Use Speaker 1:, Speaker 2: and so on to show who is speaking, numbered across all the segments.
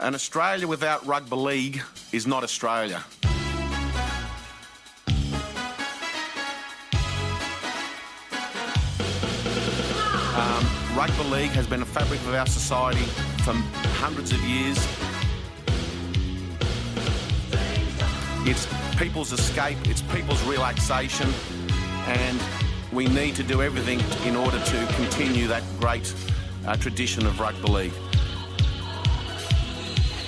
Speaker 1: An Australia without rugby league is not Australia. Um, rugby league has been a fabric of our society for hundreds of years. It's people's escape, it's people's relaxation, and we need to do everything in order to continue that great uh, tradition of rugby league.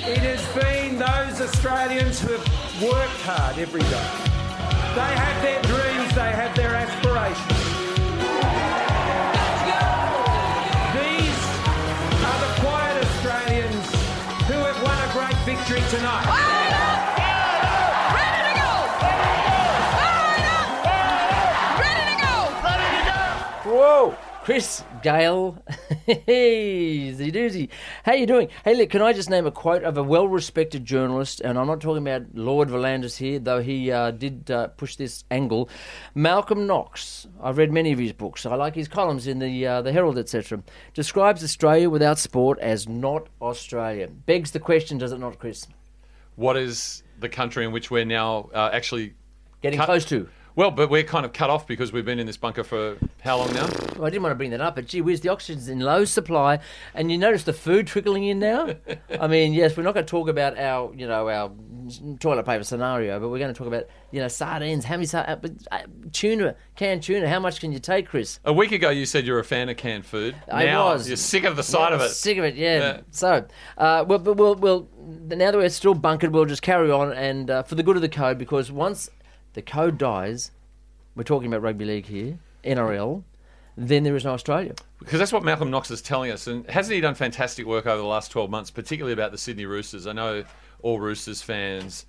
Speaker 2: It has been those Australians who have worked hard every day. They have their dreams, they have their aspirations. These are the quiet Australians who have won a great victory tonight.
Speaker 3: Whoa, Chris Gale, easy doozy. How you doing? Hey, look, can I just name a quote of a well-respected journalist, and I'm not talking about Lord Volandis here, though he uh, did uh, push this angle. Malcolm Knox. I've read many of his books. I like his columns in the uh, the Herald, etc. Describes Australia without sport as not Australia. Begs the question, does it not, Chris?
Speaker 4: What is the country in which we're now uh, actually
Speaker 3: Getting
Speaker 4: cut-
Speaker 3: close to.
Speaker 4: Well, but we're kind of cut off because we've been in this bunker for how long now?
Speaker 3: Well, I didn't want to bring that up, but gee whiz, the oxygen's in low supply, and you notice the food trickling in now. I mean, yes, we're not going to talk about our, you know, our toilet paper scenario, but we're going to talk about, you know, sardines, how many sardines, but, uh, tuna, canned tuna. How much can you take, Chris?
Speaker 4: A week ago, you said you're a fan of canned food.
Speaker 3: I
Speaker 4: now
Speaker 3: was.
Speaker 4: You're sick of the sight of it.
Speaker 3: Sick of it, yeah.
Speaker 4: Yeah.
Speaker 3: So, uh, well, but we'll, we'll, now that we're still bunkered, we'll just carry on, and uh, for the good of the code, because once the code dies, we're talking about rugby league here, NRL, then there is no Australia.
Speaker 4: Because that's what Malcolm Knox is telling us. And hasn't he done fantastic work over the last 12 months, particularly about the Sydney Roosters? I know all Roosters fans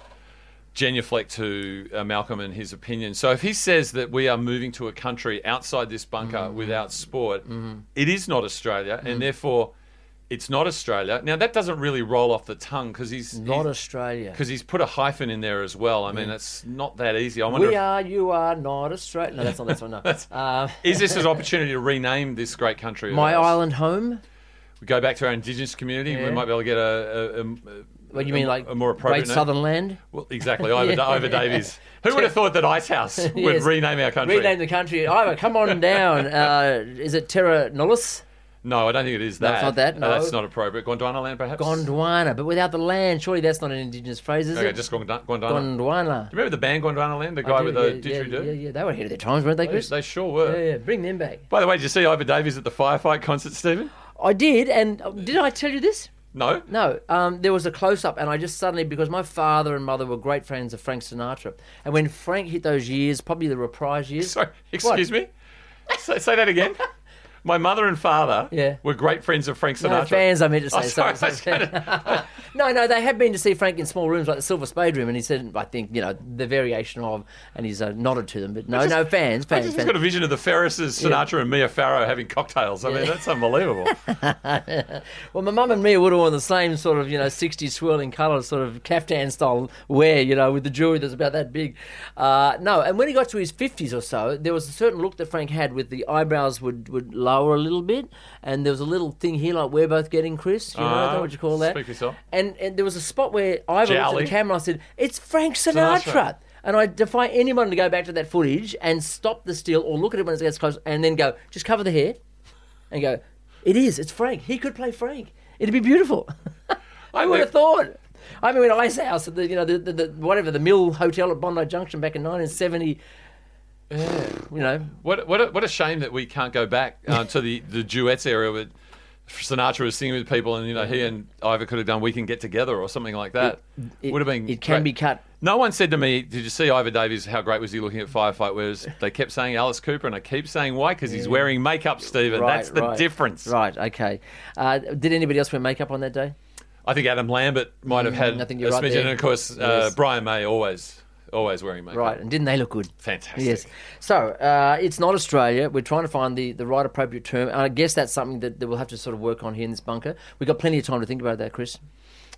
Speaker 4: genuflect to uh, Malcolm and his opinion. So if he says that we are moving to a country outside this bunker
Speaker 3: Mm-hmm.
Speaker 4: without sport, it is not Australia, and therefore it's not Australia. Now, that doesn't really roll off the tongue because he's.
Speaker 3: Not
Speaker 4: he's-
Speaker 3: Australia.
Speaker 4: because he's put a hyphen in there as well. I mean, it's not that easy. I wonder.
Speaker 3: We
Speaker 4: if-
Speaker 3: are, you are not Australia. No, that's not that's one. No. Uh,
Speaker 4: is this an opportunity to rename this great country? of
Speaker 3: my
Speaker 4: ours?
Speaker 3: island home.
Speaker 4: We go back to our indigenous community.
Speaker 3: Yeah.
Speaker 4: We might be able to get a. a, a-
Speaker 3: What you
Speaker 4: a-
Speaker 3: mean, like
Speaker 4: a more appropriate
Speaker 3: Great
Speaker 4: name.
Speaker 3: Southern Land?
Speaker 4: Well, exactly. Ivor,
Speaker 3: Yeah.
Speaker 4: Ivor Davies. Who would have thought that Ice House would
Speaker 3: Yes.
Speaker 4: rename our country?
Speaker 3: Rename the country. Iowa, come on down. Uh, is it Terra Nullis?
Speaker 4: no, I don't think it is
Speaker 3: No,
Speaker 4: that.
Speaker 3: it's not that,
Speaker 4: Uh,
Speaker 3: no.
Speaker 4: that's not appropriate. Gondwana land, perhaps.
Speaker 3: Gondwana, but without the land. Surely that's not an indigenous phrase, is
Speaker 4: Okay,
Speaker 3: it?
Speaker 4: just Gondwana. Gondwana.
Speaker 3: Gondwana.
Speaker 4: Remember the band Gondwana land, the guy
Speaker 3: I do,
Speaker 4: with the
Speaker 3: yeah,
Speaker 4: didgeridoo.
Speaker 3: yeah, yeah, yeah, they were ahead of their times, weren't they,
Speaker 4: They,
Speaker 3: Chris?
Speaker 4: they sure were.
Speaker 3: yeah, yeah, bring them back.
Speaker 4: By the way, did you see Ivor Davies at the firefight concert, Stephen?
Speaker 3: I did, and oh, did I tell you this?
Speaker 4: No.
Speaker 3: No, um, there was a close up, and I just suddenly, because my father and mother were great friends of Frank Sinatra, and when Frank hit those years, probably the reprise years.
Speaker 4: Sorry, excuse me. Say, say that again. My mother and father
Speaker 3: Yeah.
Speaker 4: were great friends of Frank Sinatra.
Speaker 3: No, fans, I meant to say.
Speaker 4: Oh, sorry,
Speaker 3: sorry,
Speaker 4: I was gonna-
Speaker 3: no, no, they have been to see Frank in small rooms like the Silver Spade Room, and he said, I think, you know, the variation of, and he's uh, nodded to them, but no,
Speaker 4: just-
Speaker 3: no, fans,
Speaker 4: I
Speaker 3: fans,
Speaker 4: just
Speaker 3: fans.
Speaker 4: got a vision of the Ferrises, Sinatra, and Mia Farrow having cocktails. I mean, that's unbelievable.
Speaker 3: Well, my mum and me would have worn the same sort of, you know, 60s swirling colour, sort of caftan style wear, you know, with the jewellery that's about that big. Uh, no, and when he got to his 50s or so, there was a certain look that Frank had with the eyebrows would, would lower a little bit, and there was a little thing here like we're both getting, Chris. You know, I don't know
Speaker 4: Ah,
Speaker 3: what you call that.
Speaker 4: speak for yourself.
Speaker 3: And, and there was a spot where I looked at the
Speaker 4: Jowly.
Speaker 3: camera and I said, It's Frank Sinatra.
Speaker 4: Sinatra.
Speaker 3: And I defy anyone to go back to that footage and stop the still or look at it when it gets close and then go, Just cover the hair and go, It is, it's Frank. He could play Frank. It'd be beautiful. I would have
Speaker 4: think-
Speaker 3: thought. I mean, when Ice House, at the, you know, the, the, the whatever, the Mill Hotel at Bondi Junction back in 1970, you know,
Speaker 4: What, what, a, what a shame that we can't go back uh, to the, the duets area where Sinatra was singing with people, and you know he and Ivor could have done "We Can Get Together" or something like that.
Speaker 3: it-
Speaker 4: would have Uh, been.
Speaker 3: it can
Speaker 4: great.
Speaker 3: be cut.
Speaker 4: No one said to me, "Did you see Ivor Davies? How great was he looking at firefight?" Whereas they kept saying Alice Cooper, and I keep saying why because he's wearing makeup, Stephen.
Speaker 3: Right,
Speaker 4: That's the
Speaker 3: right.
Speaker 4: difference.
Speaker 3: Right, okay. Uh, did anybody else wear makeup on that day?
Speaker 4: I think Adam Lambert might have had
Speaker 3: Mm, I think
Speaker 4: a
Speaker 3: you're right
Speaker 4: smidgen,
Speaker 3: there.
Speaker 4: and of course uh,
Speaker 3: Yes.
Speaker 4: Brian May always always wearing makeup.
Speaker 3: Right, and didn't they look good?
Speaker 4: Fantastic.
Speaker 3: Yes. So uh, it's not Australia. We're trying to find the, the right appropriate term. And I guess that's something that, that we'll have to sort of work on here in this bunker. We've got plenty of time to think about that, Chris.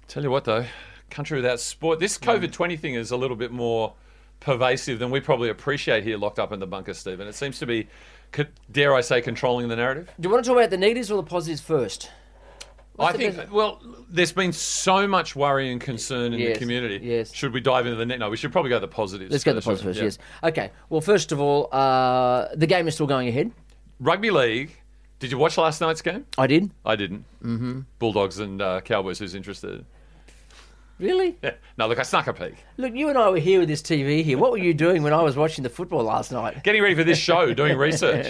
Speaker 4: Tell you what, though, country without sport. This
Speaker 3: Mm.
Speaker 4: COVID 20 thing is a little bit more pervasive than we probably appreciate here locked up in the bunker, Stephen. It seems to be, could, dare I say, controlling the narrative.
Speaker 3: Do you want to talk about the negatives or the positives first?
Speaker 4: I
Speaker 3: the
Speaker 4: think,
Speaker 3: best-
Speaker 4: well, there's been so much worry and concern in
Speaker 3: Yes,
Speaker 4: the community.
Speaker 3: yes.
Speaker 4: Should we dive into the net? No, we should probably go to the positives.
Speaker 3: Let's go to the
Speaker 4: first, right?
Speaker 3: positives.
Speaker 4: Yeah.
Speaker 3: Yes. Okay. Well, first of all, uh, the game is still going ahead.
Speaker 4: Rugby league. Did you watch last night's game?
Speaker 3: I did.
Speaker 4: I didn't. Mm-hmm. Bulldogs and uh, Cowboys. Who's interested?
Speaker 3: Really?
Speaker 4: Yeah. No, look, I snuck a peek.
Speaker 3: Look, you and I were here with this TV here. What were you doing when I was watching the football last night?
Speaker 4: Getting ready for this show, doing research.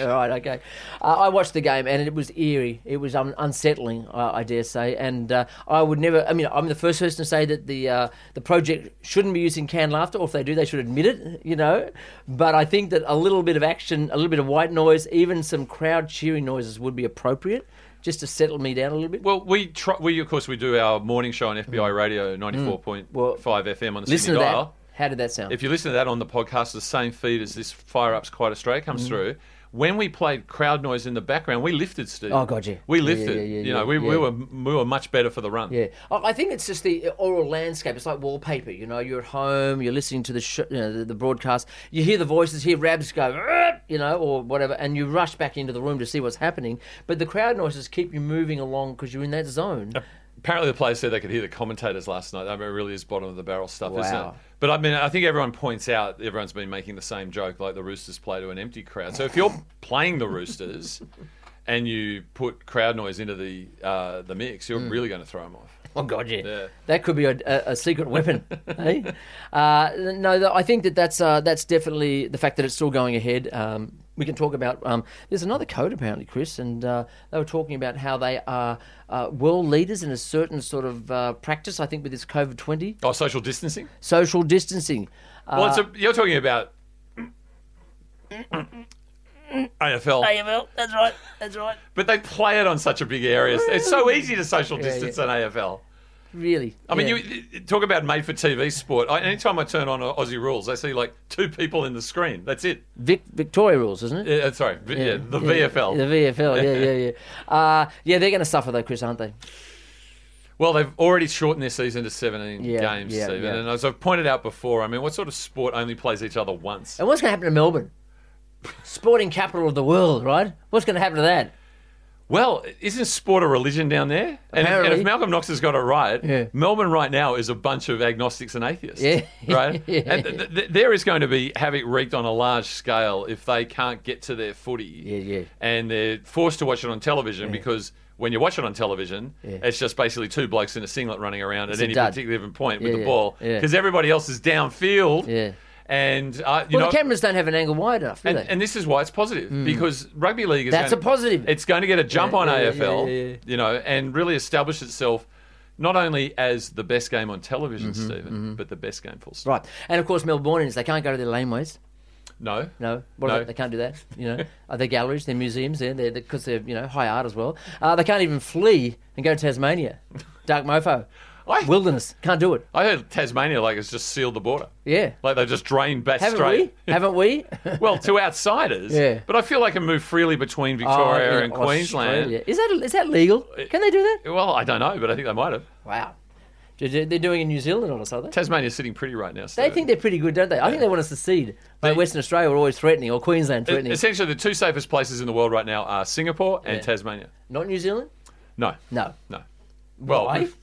Speaker 3: All right, okay. Uh, I watched the game and it was eerie. It was um, unsettling, uh, I dare say. And uh, I would never. I mean, I'm the first person to say that the uh, the project shouldn't be using canned laughter, or if they do, they should admit it. You know. But I think that a little bit of action, a little bit of white noise, even some crowd cheering noises would be appropriate, just to settle me down a little bit.
Speaker 4: Well, we try, we of course we do our morning show on FBI Radio ninety four point
Speaker 3: Hmm. Well,
Speaker 4: five FM on the
Speaker 3: Listen
Speaker 4: Sydney
Speaker 3: to that.
Speaker 4: dial.
Speaker 3: How did that sound?
Speaker 4: If you listen to that on the podcast, the same feed as this Fire Ups Quite Australia
Speaker 3: Hmm.
Speaker 4: comes through. When we played crowd noise in the background, we lifted, Steve.
Speaker 3: Oh, God, yeah.
Speaker 4: We
Speaker 3: Yeah, yeah,
Speaker 4: lifted.
Speaker 3: yeah, yeah,
Speaker 4: you know,
Speaker 3: yeah,
Speaker 4: we, we
Speaker 3: yeah.
Speaker 4: were we were much better for the run.
Speaker 3: Yeah, I I think it's just the uh, oral landscape. It's like wallpaper. You know, you're at home, you're listening to the sh- you know, the, the broadcast. You hear the voices, hear Rabs go, "Arrgh," you know, or whatever, and you rush back into the room to see what's happening. But the crowd noises keep you moving along because you're in that zone.
Speaker 4: Apparently, the players said they could hear the commentators last night. I mean, it really is bottom of the barrel stuff, isn't it?
Speaker 3: Wow.
Speaker 4: But I mean, I think everyone points out everyone's been making the same joke, like the Roosters play to an empty crowd. So if you're playing the Roosters and you put crowd noise into the uh, the mix, you're really going to throw them off.
Speaker 3: Oh God, yeah.
Speaker 4: Yeah.
Speaker 3: That could be a, a, a secret weapon. eh? uh, no, th- I think that that's uh, that's definitely the fact that it's still going ahead. Um, we can talk about. Um, there's another code apparently, Chris, and uh, they were talking about how they are uh, world leaders in a certain sort of uh, practice. I think with this COVID twenty
Speaker 4: Oh, social distancing.
Speaker 3: social distancing.
Speaker 4: well, it's a, you're talking about AFL.
Speaker 5: AML. That's right. That's right.
Speaker 4: But they play it on such a big area. It's so easy to social distance on AFL.
Speaker 3: Really,
Speaker 4: I mean,
Speaker 3: yeah.
Speaker 4: you talk about made for TV sport. I, anytime I turn on Aussie rules, I see like two people in the screen. That's it.
Speaker 3: Vic- Victoria rules, isn't it?
Speaker 4: Yeah, uh, sorry. Yeah, the VFL.
Speaker 3: The VFL, yeah, yeah, yeah. Uh, yeah, they're going to suffer though, Chris, aren't they?
Speaker 4: Well, they've already shortened their season to 17
Speaker 3: Yeah,
Speaker 4: games,
Speaker 3: yeah,
Speaker 4: Stephen.
Speaker 3: yeah.
Speaker 4: And as I've pointed out before, I mean, what sort of sport only plays each other once?
Speaker 3: And what's going to happen to Melbourne? Sporting capital of the world, right? What's going to happen to that?
Speaker 4: Well, isn't sport a religion down there? And if, and
Speaker 3: Apparently.
Speaker 4: if Malcolm Knox has got it right,
Speaker 3: Yeah.
Speaker 4: Melbourne right now is a bunch of agnostics and atheists.
Speaker 3: Yeah.
Speaker 4: Right? And th- th- th- there is going to be havoc wreaked on a large scale if they can't get to their footy.
Speaker 3: Yeah, yeah.
Speaker 4: And they're forced to watch it on television because when you watch it on television, it's just basically two blokes in a singlet running around
Speaker 3: It's
Speaker 4: at
Speaker 3: a
Speaker 4: any
Speaker 3: dud.
Speaker 4: particular given point with
Speaker 3: Yeah,
Speaker 4: the
Speaker 3: yeah,
Speaker 4: ball
Speaker 3: yeah.
Speaker 4: because everybody else is downfield.
Speaker 3: Yeah.
Speaker 4: And uh, you
Speaker 3: Well,
Speaker 4: know,
Speaker 3: the cameras don't have an angle wide enough, do
Speaker 4: and,
Speaker 3: they? Hmm.
Speaker 4: and this is why it's positive because rugby league is
Speaker 3: That's a
Speaker 4: going-
Speaker 3: positive.
Speaker 4: It's going to get a jump
Speaker 3: Yeah,
Speaker 4: on
Speaker 3: yeah, yeah,
Speaker 4: AFL,
Speaker 3: yeah, yeah.
Speaker 4: you know, and really establish itself not only as the best game on television, Stephen, but the best game full stop.
Speaker 3: Mm-hmm, right. And of course, Melbourneians, they can't go to their laneways.
Speaker 4: No,
Speaker 3: No, what
Speaker 4: No.
Speaker 3: About, they can't do that. You know, uh, their galleries, their museums, they're because they're, you know high art as well. Uh, they can't even flee and go to Tasmania, dark mofo,
Speaker 4: I-
Speaker 3: wilderness. Can't do it.
Speaker 4: I heard Tasmania like has just sealed the border.
Speaker 3: Yeah,
Speaker 4: Oh, Like they've just drained back
Speaker 3: haven't
Speaker 4: straight.
Speaker 3: we? Haven't we?
Speaker 4: well, to outsiders,
Speaker 3: Yeah.
Speaker 4: But I feel they can move freely between Victoria
Speaker 3: Oh,
Speaker 4: and
Speaker 3: yeah,
Speaker 4: Queensland.
Speaker 3: Australia. Is that is that legal? Can they do that?
Speaker 4: Well, I don't know, but I think they might have.
Speaker 3: Wow, They're- they're doing it in New Zealand on us, are they?
Speaker 4: Tasmania's sitting pretty right now.
Speaker 3: They
Speaker 4: Stephen.
Speaker 3: think they're pretty good, don't they? I think they want to secede. Like
Speaker 4: They-
Speaker 3: Western Australia were always threatening, or Queensland threatening.
Speaker 4: essentially the two safest places in the world right now are Singapore and
Speaker 3: Yeah.
Speaker 4: Tasmania.
Speaker 3: Not New Zealand?
Speaker 4: No.
Speaker 3: No.
Speaker 4: No. Well,
Speaker 3: Why?
Speaker 4: with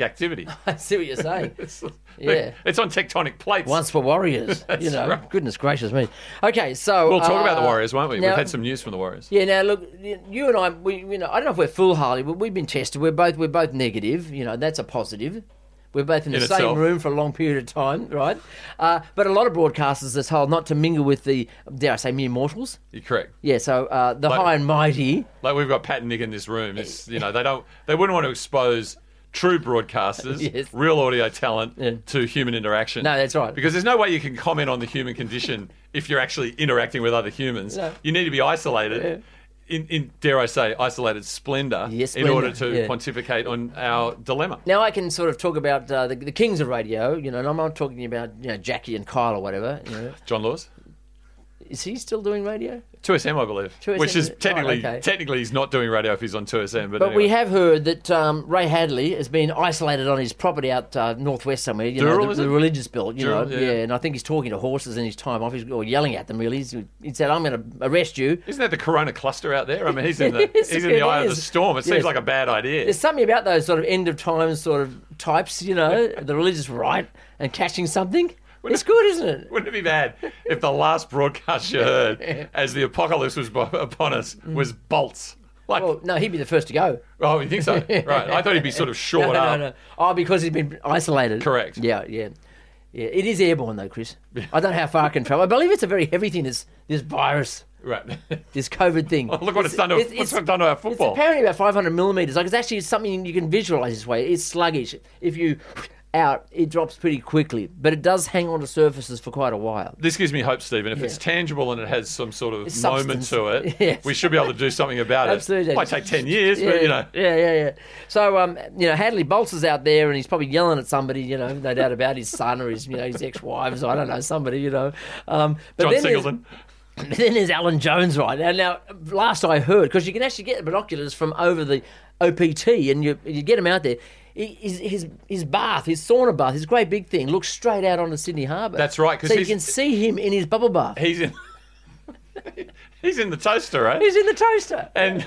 Speaker 4: activity.
Speaker 3: I see what you're saying.
Speaker 4: It's,
Speaker 3: Yeah.
Speaker 4: it's on tectonic plates.
Speaker 3: Once for Warriors, you know.
Speaker 4: right.
Speaker 3: Goodness gracious me. Okay, so
Speaker 4: we'll talk
Speaker 3: uh,
Speaker 4: about the Warriors, won't we?
Speaker 3: now-
Speaker 4: We've had some news from the Warriors.
Speaker 3: Yeah. Now, look, y- you and I, we, you know, I don't know if we're foolhardy, but we've been tested. We're both, we're both negative. You know, that's a positive. We're both in the
Speaker 4: In
Speaker 3: same
Speaker 4: itself.
Speaker 3: room for a long period of time, right? Uh, but a lot of broadcasters are told not to mingle with the, dare I say, mere mortals.
Speaker 4: You're correct.
Speaker 3: Yeah. So uh, the
Speaker 4: Like-
Speaker 3: high and mighty.
Speaker 4: Like we've got Pat and Nick in this room. It's, you know, they don't they wouldn't want to expose true broadcasters,
Speaker 3: Yes.
Speaker 4: real audio talent
Speaker 3: Yeah.
Speaker 4: to human interaction.
Speaker 3: No, that's right.
Speaker 4: Because there's no way you can comment on the human condition if you're actually interacting with other humans.
Speaker 3: No.
Speaker 4: You need to be isolated. In, in dare I say, isolated splendor,
Speaker 3: Yes,
Speaker 4: in
Speaker 3: splendor,
Speaker 4: order to
Speaker 3: yeah.
Speaker 4: pontificate on our dilemma.
Speaker 3: Now I can sort of talk about uh, the, the kings of radio, you know, and I'm not talking about you know Jackie and Kyle or whatever. You know.
Speaker 4: John Laws.
Speaker 3: Is he still doing radio?
Speaker 4: 2SM, I believe.
Speaker 3: 2SM,
Speaker 4: Which is
Speaker 3: right,
Speaker 4: technically
Speaker 3: oh, okay.
Speaker 4: technically he's not doing radio if he's on 2SM. But,
Speaker 3: But
Speaker 4: anyway.
Speaker 3: we have heard that um, Ray Hadley has been isolated on his property out uh, northwest somewhere. You know,
Speaker 4: Dural,
Speaker 3: the,
Speaker 4: is
Speaker 3: the
Speaker 4: it?
Speaker 3: religious belt. You
Speaker 4: Dural,
Speaker 3: know,
Speaker 4: yeah.
Speaker 3: yeah. And I think he's talking to horses in his time off. He's or yelling at them. Really, he's, he said, "I'm going to arrest you."
Speaker 4: Isn't that the Corona cluster out there? I mean, he's in the,
Speaker 3: Yes,
Speaker 4: he's in the
Speaker 3: it
Speaker 4: eye of the
Speaker 3: is.
Speaker 4: storm. It
Speaker 3: Yes.
Speaker 4: seems like a bad idea.
Speaker 3: There's something about those sort of end of times sort of types. You know, the religious right and catching something. It's good, isn't it?
Speaker 4: Wouldn't it be bad if the last broadcast you heard as the apocalypse was bo- upon us was bolts? Like,
Speaker 3: Mm. Well, no, he'd be the first to go.
Speaker 4: oh, you think so? Right. I thought he'd be sort of short
Speaker 3: no,
Speaker 4: up.
Speaker 3: No, no. Oh, because he's been isolated.
Speaker 4: Correct.
Speaker 3: Yeah, yeah. Yeah, it is airborne though, Chris. I don't know how far it can travel. I believe it's a very heavy thing. This this virus,
Speaker 4: Right.
Speaker 3: this COVID thing.
Speaker 4: Oh, look what it's done to- what's it done to our football.
Speaker 3: It's apparently about 500 millimeters. Like it's actually something you can visualize this way. It's sluggish. If you out, it drops pretty quickly, but it does hang on to surfaces for quite a while.
Speaker 4: this gives me hope, Stephen. If it's
Speaker 3: Yeah.
Speaker 4: tangible and it has some sort of
Speaker 3: It's
Speaker 4: moment
Speaker 3: substance.
Speaker 4: to it,
Speaker 3: Yes.
Speaker 4: we should be able to do something about it.
Speaker 3: Absolutely.
Speaker 4: It might take 10 years, but you know.
Speaker 3: Yeah, yeah, yeah. So, um, you know, Hadley Bolts is out there and he's probably yelling at somebody, you know, no doubt about his son or his, you know, his ex-wives. I don't know, somebody, you know. Um, but
Speaker 4: John
Speaker 3: then there's-
Speaker 4: Singleton.
Speaker 3: But then there's Alan Jones, right? Now, now last I heard, because you can actually get the binoculars from over the OPT and you, you get him out there. He- His, his his bath, his sauna bath, his great big thing looks straight out onto Sydney Harbour.
Speaker 4: That's right, 'cause
Speaker 3: So you
Speaker 4: he's-
Speaker 3: can see him in his bubble bath.
Speaker 4: He's in. he's in the toaster, right?
Speaker 3: He's in the toaster.
Speaker 4: and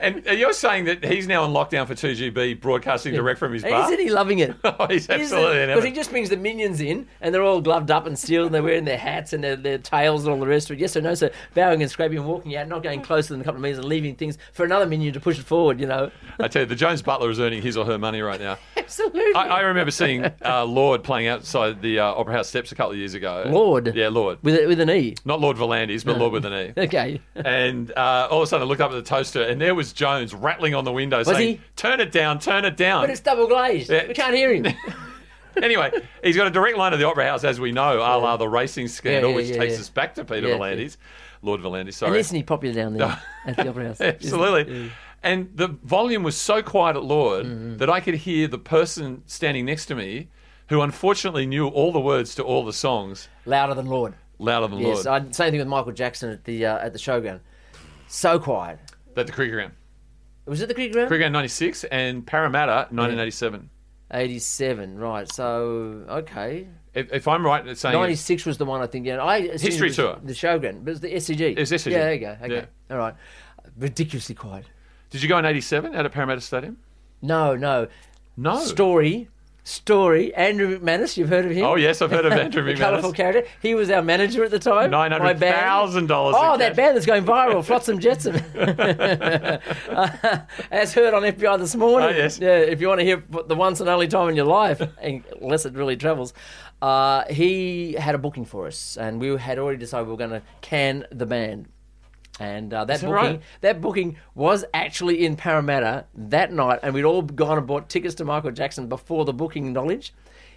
Speaker 4: and you're saying that he's now on lockdown for 2GB, broadcasting direct from his bar.
Speaker 3: Isn't he loving it?
Speaker 4: Oh, he's absolutely in
Speaker 3: Because he
Speaker 4: heaven.
Speaker 3: just brings the minions in, and they're all gloved up and sealed, and they're wearing their hats and their, their tails and all the rest of it. Yes or no, so bowing and scraping and walking out, not going closer than a couple of meters, and leaving things for another minion to push it forward. You know,
Speaker 4: I tell you, the Jones Butler is earning his or her money right now.
Speaker 3: absolutely.
Speaker 4: I, I remember seeing uh, Lord playing outside the uh, Opera House steps a couple of years ago.
Speaker 3: Lord?
Speaker 4: Yeah, Lord.
Speaker 3: with a, with an e.
Speaker 4: Not Lord Volandis, but Lord with an E.
Speaker 3: Okay.
Speaker 4: And uh, all of a sudden, I looked up at the toaster, and there was Jones rattling on the window saying,
Speaker 3: he?
Speaker 4: Turn it down, turn it
Speaker 3: But
Speaker 4: down.
Speaker 3: it's double glazed.
Speaker 4: Yeah.
Speaker 3: We can't hear him.
Speaker 4: anyway, he's got a direct line to the Opera House, as we know, a la the racing scandal,
Speaker 3: yeah,
Speaker 4: which
Speaker 3: yeah,
Speaker 4: takes
Speaker 3: yeah.
Speaker 4: us back to Peter
Speaker 3: Yeah,
Speaker 4: Volandis, Lord Volandis,
Speaker 3: And
Speaker 4: sorry.
Speaker 3: isn't he popular down there at the opera house?
Speaker 4: Absolutely. And the volume was so quiet at Lord
Speaker 3: Mm-hmm.
Speaker 4: that I could hear the person standing next to me, who unfortunately knew all the words to all the songs,
Speaker 3: Louder than Lord.
Speaker 4: louder than
Speaker 3: Yes.
Speaker 4: Lord.
Speaker 3: I, same thing with Michael Jackson at the uh, at the Shogun. So quiet.
Speaker 4: That the Cricket Ground.
Speaker 3: Was it the cricket ground?
Speaker 4: Cricket Ground 96 and Parramatta 1987.
Speaker 3: 87, right. So, okay.
Speaker 4: If, if I'm right in saying.
Speaker 3: 96 was the one I think. Yeah, I assumed
Speaker 4: History
Speaker 3: it was
Speaker 4: tour.
Speaker 3: The Shogun, but it was the SCG.
Speaker 4: It was SCG.
Speaker 3: Yeah, there you go. Okay.
Speaker 4: Yeah.
Speaker 3: All right. Ridiculously quiet.
Speaker 4: Did you go in 87 out of Parramatta Stadium?
Speaker 3: No, no.
Speaker 4: No.
Speaker 3: Story, story. Andrew McManus, you've heard of him?
Speaker 4: Oh, yes, I've heard of Andrew
Speaker 3: The colourful
Speaker 4: McManus.
Speaker 3: character. He was our manager at the time. My band.
Speaker 4: $900,000 in
Speaker 3: Oh,
Speaker 4: cash.
Speaker 3: that band that's going viral, Flotsam Jetsam. Uh, as heard on FBI this morning.
Speaker 4: Oh, yes.
Speaker 3: Yeah, if you want to hear the once and only time in your life, unless it really travels, uh, he had a booking for us, and we had already decided we were going to can the band. And uh, that
Speaker 4: that
Speaker 3: booking,
Speaker 4: right?
Speaker 3: that booking was actually in Parramatta that night, and we'd all gone and bought tickets to Michael Jackson before the booking knowledge.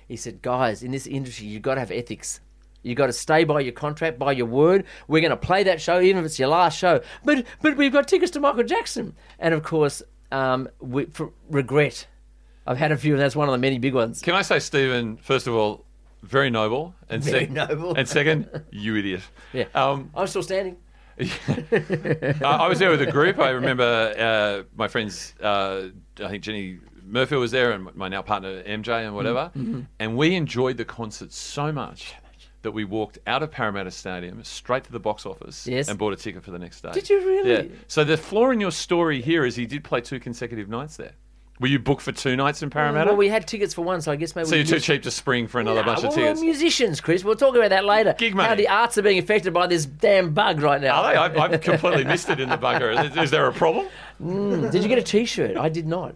Speaker 3: He said, "Guys, in this industry, you've got to have ethics. You've got to stay by your contract, by your word. We're going to play that show, even if it's your last show. But but we've got tickets to Michael Jackson, and of course, um, we, for regret. I've had a few, and that's one of the many big ones.
Speaker 4: Can I say, Stephen, first of all, very noble. And
Speaker 3: Very
Speaker 4: sec-
Speaker 3: noble.
Speaker 4: And second, you idiot.
Speaker 3: Yeah.
Speaker 4: Um,
Speaker 3: I'm still standing.
Speaker 4: I, I was there with a group. I remember uh, my friends, uh, I think Jenny Murphy was there and my now partner MJ and whatever.
Speaker 3: Mm-hmm.
Speaker 4: And we enjoyed the concert so much that we walked out of Parramatta Stadium straight to the box office
Speaker 3: Yes.
Speaker 4: and bought a ticket for the next day.
Speaker 3: Did you really?
Speaker 4: Yeah. So the flaw in your story here is he did play two consecutive nights there. Were you booked for two nights in Parramatta?
Speaker 3: Well, we had tickets for one, so I guess maybe
Speaker 4: so
Speaker 3: we
Speaker 4: you're too
Speaker 3: used-
Speaker 4: cheap to spring for another
Speaker 3: No,
Speaker 4: bunch of
Speaker 3: well,
Speaker 4: tickets.
Speaker 3: We're musicians, Chris. We'll talk about that later.
Speaker 4: Gig
Speaker 3: How
Speaker 4: money.
Speaker 3: the arts are being affected by this damn bug right now.
Speaker 4: Are they? I've, I've completely missed it in the bunker. Is, is there a problem?
Speaker 3: Mm. Did you get a T-shirt? I did not.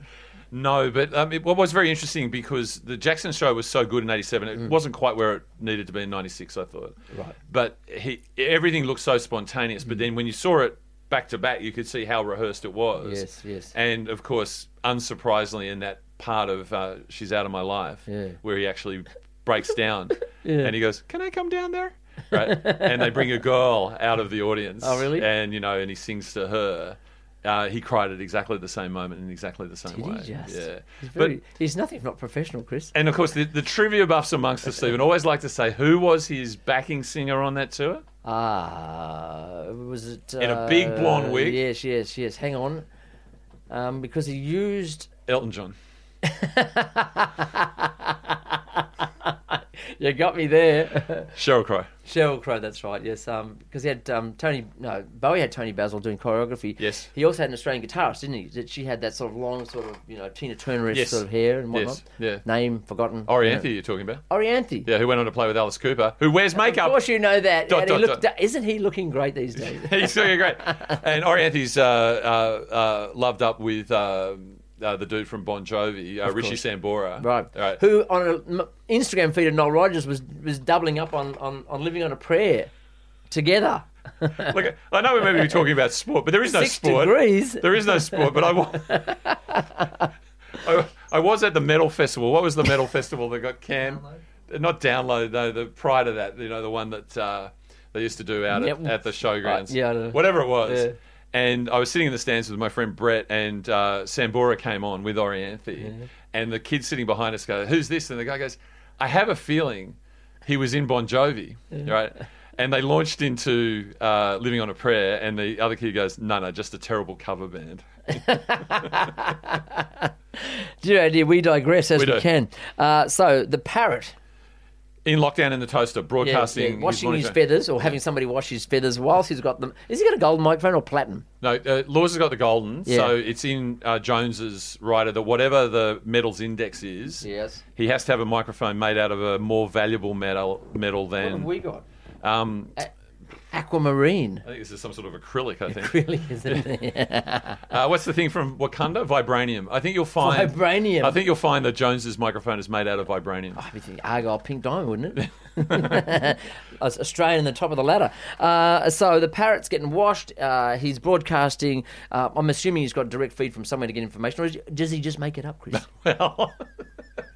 Speaker 4: No, but um, it what was very interesting because the Jackson show was so good in '87.
Speaker 3: Mm.
Speaker 4: It wasn't quite where it needed to be in '96, I thought. Right. But he, everything looked so spontaneous.
Speaker 3: Mm.
Speaker 4: But then when you saw it back to back, you could see how rehearsed it was.
Speaker 3: Yes, yes.
Speaker 4: And of course, unsurprisingly, in that part of uh, "She's Out of My Life,"
Speaker 3: Yeah.
Speaker 4: where he actually breaks down and he goes, "Can I come down there?" Right. and they bring a girl out of the audience.
Speaker 3: Oh, really?
Speaker 4: And you know, and he sings to her. Uh, he cried at exactly the same moment in exactly the same
Speaker 3: Did
Speaker 4: way.
Speaker 3: he just?
Speaker 4: Yeah,
Speaker 3: He's,
Speaker 4: but
Speaker 3: very, he's nothing if not professional, Chris.
Speaker 4: and of course the, the trivia buffs amongst us, Stephen, always like to say who was his backing singer on that tour.
Speaker 3: Ah, was it?
Speaker 4: In a big
Speaker 3: uh,
Speaker 4: blonde wig.
Speaker 3: Yes, yes, yes. Hang on, um, because he used.
Speaker 4: Elton John.
Speaker 3: You got me there.
Speaker 4: Cheryl Crow.
Speaker 3: Cheryl Crow, that's right. Yes, um, because he had um, Tony. No, Bowie had Tony Basil doing choreography.
Speaker 4: Yes.
Speaker 3: he also had an Australian guitarist, didn't he? That she had that sort of long, sort of you know Tina Turner
Speaker 4: Yes.
Speaker 3: sort of hair and whatnot.
Speaker 4: Yes, yeah.
Speaker 3: Name forgotten.
Speaker 4: Orianthe, you're talking about?
Speaker 3: Yeah. Orianthe.
Speaker 4: Yeah, who went on to play with Alice Cooper, who wears
Speaker 3: Of
Speaker 4: makeup.
Speaker 3: course, you know that.
Speaker 4: Dot,
Speaker 3: And
Speaker 4: dot,
Speaker 3: he looked,
Speaker 4: dot.
Speaker 3: Isn't he looking great these days?
Speaker 4: He's doing great. And Orianthe's uh, uh, uh, loved up with um uh, the dude from Bon Jovi, uh, Rishi Sambora.
Speaker 3: Right.
Speaker 4: All right.
Speaker 3: Who on an Instagram feed of Noel Rogers was was doubling up on, on, on living on a prayer together.
Speaker 4: Look, I know we may be talking about sport, but there is no
Speaker 3: Six
Speaker 4: sport.
Speaker 3: degrees.
Speaker 4: There is no sport, but I wa- I, I was at the metal festival. What was the metal festival that got canned? Not download, no, the prior to that, you know, the one that uh, they used to do out at,
Speaker 3: Yep.
Speaker 4: at the showgrounds.
Speaker 3: Right, yeah, I know.
Speaker 4: Whatever it was.
Speaker 3: Yeah.
Speaker 4: And I was sitting in the stands with my friend Brett, and uh, Sambora came on with Orianthe. And the kid sitting behind us goes, Who's this? And the guy goes, I have a feeling he was in Bon Jovi, right? And they launched into uh, Living on a Prayer, and the other kid goes, No, no, just a terrible cover band.
Speaker 3: Dear, oh dear, we digress as
Speaker 4: We
Speaker 3: we,
Speaker 4: do.
Speaker 3: can. Uh, so the parrot,
Speaker 4: In lockdown in the toaster,
Speaker 3: yeah,
Speaker 4: broadcasting,
Speaker 3: yeah,
Speaker 4: his
Speaker 3: washing
Speaker 4: morning
Speaker 3: his
Speaker 4: show.
Speaker 3: feathers or having somebody wash his feathers whilst he's got them. Has he got a gold microphone or platinum?
Speaker 4: No, uh, Laws has got the golden,
Speaker 3: Yeah.
Speaker 4: so it's in uh, Jones's rider that whatever the metal's index is,
Speaker 3: Yes.
Speaker 4: he has to have a microphone made out of a more valuable metal metal
Speaker 3: What
Speaker 4: than.
Speaker 3: have we got?
Speaker 4: um,
Speaker 3: Aquamarine.
Speaker 4: I think this is some sort of acrylic. I think.
Speaker 3: Really, isn't it?
Speaker 4: Uh, what's the thing from Wakanda? Vibranium. I think you'll find
Speaker 3: Vibranium.
Speaker 4: I think you'll find that Jones's microphone is made out of vibranium.
Speaker 3: I'd be thinking Argyle Pink Diamond, wouldn't it? Aus- Australian in the top of the ladder. Uh, so the parrot's getting washed. Uh, he's broadcasting. Uh, I'm assuming he's got direct feed from somewhere to get information, or is, does he just make it up, Chris?
Speaker 4: Well,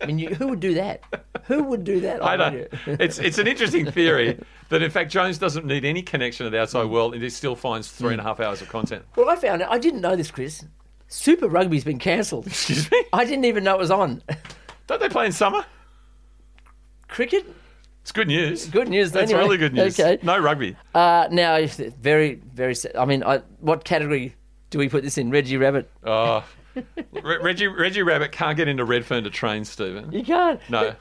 Speaker 3: I mean, you, who would do that? Who would do that?
Speaker 4: I
Speaker 3: on
Speaker 4: don't.
Speaker 3: radio?
Speaker 4: It's it's an interesting theory that in fact Jones doesn't need any connection to the outside
Speaker 3: Mm.
Speaker 4: world, and he still finds three and a half hours of content.
Speaker 3: Well, I found out. I didn't know this, Chris. Super Rugby's been cancelled.
Speaker 4: Excuse me.
Speaker 3: I didn't even know it was on.
Speaker 4: Don't they play in summer?
Speaker 3: Cricket?
Speaker 4: It's good news.
Speaker 3: Good news.
Speaker 4: That's
Speaker 3: anyway.
Speaker 4: really good news.
Speaker 3: Okay.
Speaker 4: No rugby.
Speaker 3: Uh, now, if- very, very. sad- I mean, I, what category do we put this in? Reggie Rabbit.
Speaker 4: Oh. Re- Reggie Reggie Rabbit can't get into Redfern to train Stephen.
Speaker 3: You can't.
Speaker 4: No.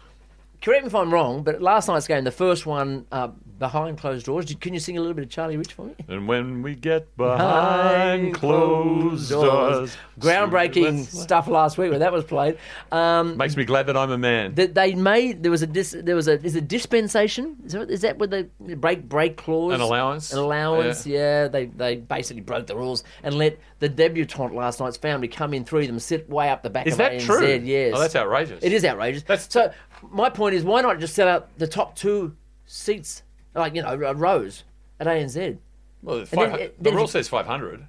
Speaker 3: Correct me if I'm wrong, but last night's game, the first one uh, behind closed doors. Did, can you sing a little bit of Charlie Rich for me?
Speaker 4: And when we get behind closed doors,
Speaker 3: Groundbreaking
Speaker 4: Let's-
Speaker 3: stuff last week when that was played. Um,
Speaker 4: Makes me glad that I'm a man.
Speaker 3: that they made there was a dis, there was a is a dispensation is that, is that where the break break clause
Speaker 4: An allowance?
Speaker 3: an allowance
Speaker 4: Yeah.
Speaker 3: yeah. they they basically broke the rules and let the debutante last night's family come in through them sit way up the back
Speaker 4: Is
Speaker 3: of
Speaker 4: that
Speaker 3: ANZ
Speaker 4: true?
Speaker 3: yes
Speaker 4: Oh, that's outrageous.
Speaker 3: it is outrageous
Speaker 4: That's-
Speaker 3: so my point is why not just set up the top two seats like you know uh, rows at ANZ
Speaker 4: Well, the,
Speaker 3: then-
Speaker 4: five,
Speaker 3: then
Speaker 4: the
Speaker 3: if
Speaker 4: rule
Speaker 3: you-
Speaker 4: says 500.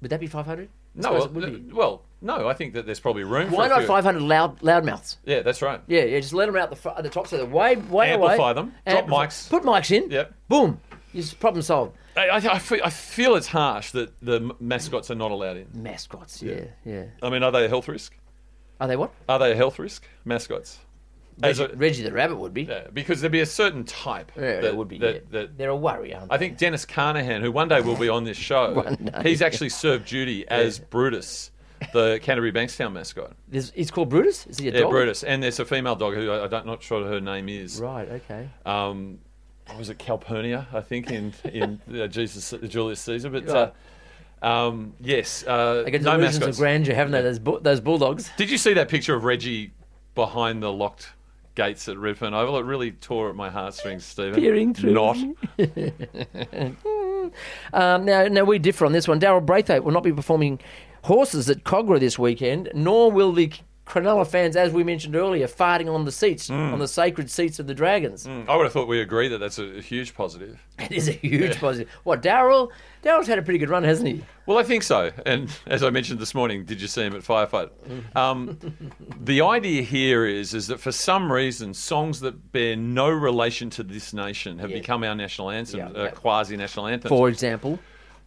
Speaker 3: would that be 500
Speaker 4: No,
Speaker 3: suppose
Speaker 4: well,
Speaker 3: it would be.
Speaker 4: th- well, no, I think that there's probably room for
Speaker 3: why
Speaker 4: a
Speaker 3: not
Speaker 4: few-
Speaker 3: 500 loud loudmouths
Speaker 4: Yeah, that's right.
Speaker 3: oh yeah, yeah, just let them out the, fr- at the top so they're way, way
Speaker 4: Amplify
Speaker 3: away.
Speaker 4: them. Drop
Speaker 3: Amplify-
Speaker 4: mics.
Speaker 3: Put mics in.
Speaker 4: Yep.
Speaker 3: Boom. It's problem solved.
Speaker 4: I, I, I, feel, I feel it's harsh that the m- mascots are not allowed in.
Speaker 3: Mascots, yeah, yeah.
Speaker 4: I mean, are they a health risk?
Speaker 3: Are they what?
Speaker 4: Are they a health risk? Mascots. As
Speaker 3: Reggie,
Speaker 4: a-
Speaker 3: Reggie the Rabbit would be. Yeah,
Speaker 4: yeah, because there'd be a certain type.
Speaker 3: it
Speaker 4: that-
Speaker 3: would be.
Speaker 4: that-
Speaker 3: yeah.
Speaker 4: that-
Speaker 3: They're a worry, aren't they?
Speaker 4: I think Dennis Carnahan, who one day will be on this show, he's actually served duty as Brutus, the Canterbury Bankstown mascot.
Speaker 3: There's, he's called Brutus. Is he a
Speaker 4: Yeah,
Speaker 3: dog?
Speaker 4: Brutus. And there's a female dog who I, I don't not sure what her name is.
Speaker 3: Right. Okay.
Speaker 4: Um, what was it Calpurnia? I think in in uh, Jesus Julius Caesar. But
Speaker 3: Right.
Speaker 4: uh, um, yes, uh,
Speaker 3: They get
Speaker 4: no
Speaker 3: delusions
Speaker 4: mascots.
Speaker 3: of grandeur, haven't they? Those bu- those bulldogs.
Speaker 4: Did you see that picture of Reggie behind the locked gates at Redfern Oval? It really tore at my heartstrings, Stephen.
Speaker 3: Peering through.
Speaker 4: Not.
Speaker 3: Um, now, now we differ on this one. Daryl Braithwaite will not be performing horses at Cogra this weekend, nor will the Cronulla fans, as we mentioned earlier, farting on the seats
Speaker 4: Mm.
Speaker 3: on the sacred seats of the Dragons.
Speaker 4: I would have thought we agree that that's a, a huge positive.
Speaker 3: It is a huge positive. What Daryl? Daryl's had a pretty good run, hasn't he?
Speaker 4: Well, I think so. And as I mentioned this morning, did you see him at Firefight? Um, the idea here is is that for some reason, songs that bear no relation to this nation have become our national anthem,
Speaker 3: Yeah.
Speaker 4: uh, quasi national anthem.
Speaker 3: For example,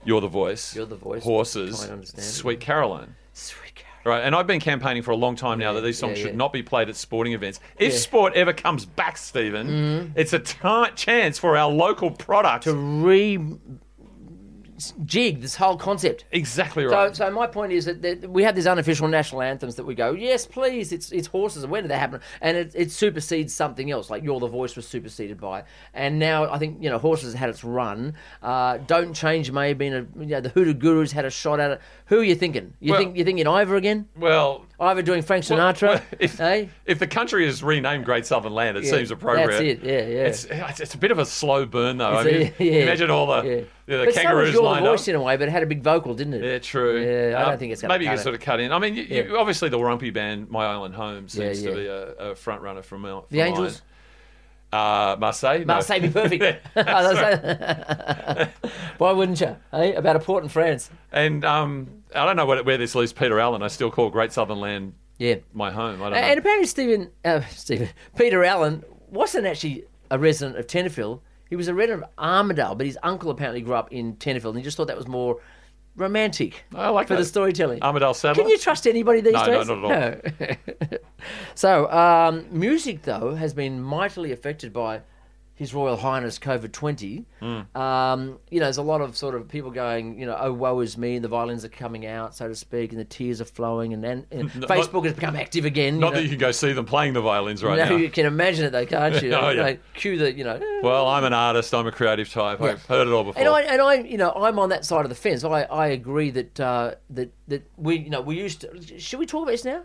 Speaker 4: You're the Voice.
Speaker 3: You're the Voice.
Speaker 4: Horses.
Speaker 3: Can't understand it.
Speaker 4: Sweet Caroline.
Speaker 3: Sweet Caroline.
Speaker 4: Right, and I've been campaigning for a long time now that these songs
Speaker 3: yeah,
Speaker 4: should
Speaker 3: yeah.
Speaker 4: not be played at sporting events. If sport ever comes back, Stephen,
Speaker 3: Mm-hmm.
Speaker 4: it's a tight chance for our local product.
Speaker 3: Re jig this whole concept.
Speaker 4: Exactly
Speaker 3: So,
Speaker 4: right.
Speaker 3: so my point is that, that we have these unofficial national anthems that we go, yes, please, it's it's horses, and when did that happen? And it, it supersedes something else, like You're the Voice was superseded by, and now I think you know horses had its run. Uh, Don't change may have been a you know, the Hoodoo Gurus had a shot at it. Who are you thinking? You
Speaker 4: Well-
Speaker 3: think you thinking Ivor again?
Speaker 4: well,
Speaker 3: Ivor doing Frank
Speaker 4: Well,
Speaker 3: Sinatra?
Speaker 4: well, if,
Speaker 3: eh?
Speaker 4: if the country is renamed Great Southern Land, it
Speaker 3: Yeah,
Speaker 4: seems appropriate.
Speaker 3: that's it, yeah, yeah.
Speaker 4: It's, it's, it's a bit of a slow burn, though. I
Speaker 3: So,
Speaker 4: mean,
Speaker 3: yeah.
Speaker 4: Imagine all the,
Speaker 3: Yeah.
Speaker 4: you know, the
Speaker 3: But so was
Speaker 4: kangaroos
Speaker 3: You're the
Speaker 4: lined up.
Speaker 3: Voice in a way, but it had a big vocal, didn't it?
Speaker 4: Yeah, true.
Speaker 3: Yeah, I
Speaker 4: Um,
Speaker 3: don't think it's gonna
Speaker 4: maybe you
Speaker 3: cut
Speaker 4: can
Speaker 3: it.
Speaker 4: sort of cut in. I mean, you, you,
Speaker 3: Yeah.
Speaker 4: obviously the Rumpy band, My Island Home, seems
Speaker 3: yeah.
Speaker 4: to be a, a front runner for Mel.
Speaker 3: The Angels?
Speaker 4: uh, Marseille. No.
Speaker 3: Marseille be perfect. Oh, Why wouldn't you? eh? About a port in France.
Speaker 4: And um, I don't know what, where this leaves Peter Allen. I still call Great Southern Land
Speaker 3: Yeah.
Speaker 4: my home. I don't
Speaker 3: And
Speaker 4: know.
Speaker 3: apparently, Stephen, uh, Stephen, Peter Allen wasn't actually a resident of Tenterfield. He was a resident of Armidale, but his uncle apparently grew up in Tenterfield, and he just thought that was more romantic
Speaker 4: I like
Speaker 3: for the
Speaker 4: that.
Speaker 3: storytelling.
Speaker 4: Armadale Saddler.
Speaker 3: Can you trust anybody these
Speaker 4: No, no,
Speaker 3: days?
Speaker 4: not at
Speaker 3: all. so, um, music though has been mightily affected by His Royal Highness COVID twenty.
Speaker 4: Hmm.
Speaker 3: Um, you know, there's a lot of sort of people going, you know, oh woe is me, and the violins are coming out, so to speak, and the tears are flowing, and then and
Speaker 4: No,
Speaker 3: Facebook has become active again.
Speaker 4: Not
Speaker 3: you know.
Speaker 4: that you can go see them playing the violins right
Speaker 3: No,
Speaker 4: now.
Speaker 3: you can imagine it though, can't you?
Speaker 4: Oh, yeah.
Speaker 3: Like, cue the, you know.
Speaker 4: Well, I'm an artist. I'm a creative type. I've heard it all before.
Speaker 3: And I, and I, you know, I'm on that side of the fence. I, I agree that uh, that that we, you know, we used to. Should we talk about this now?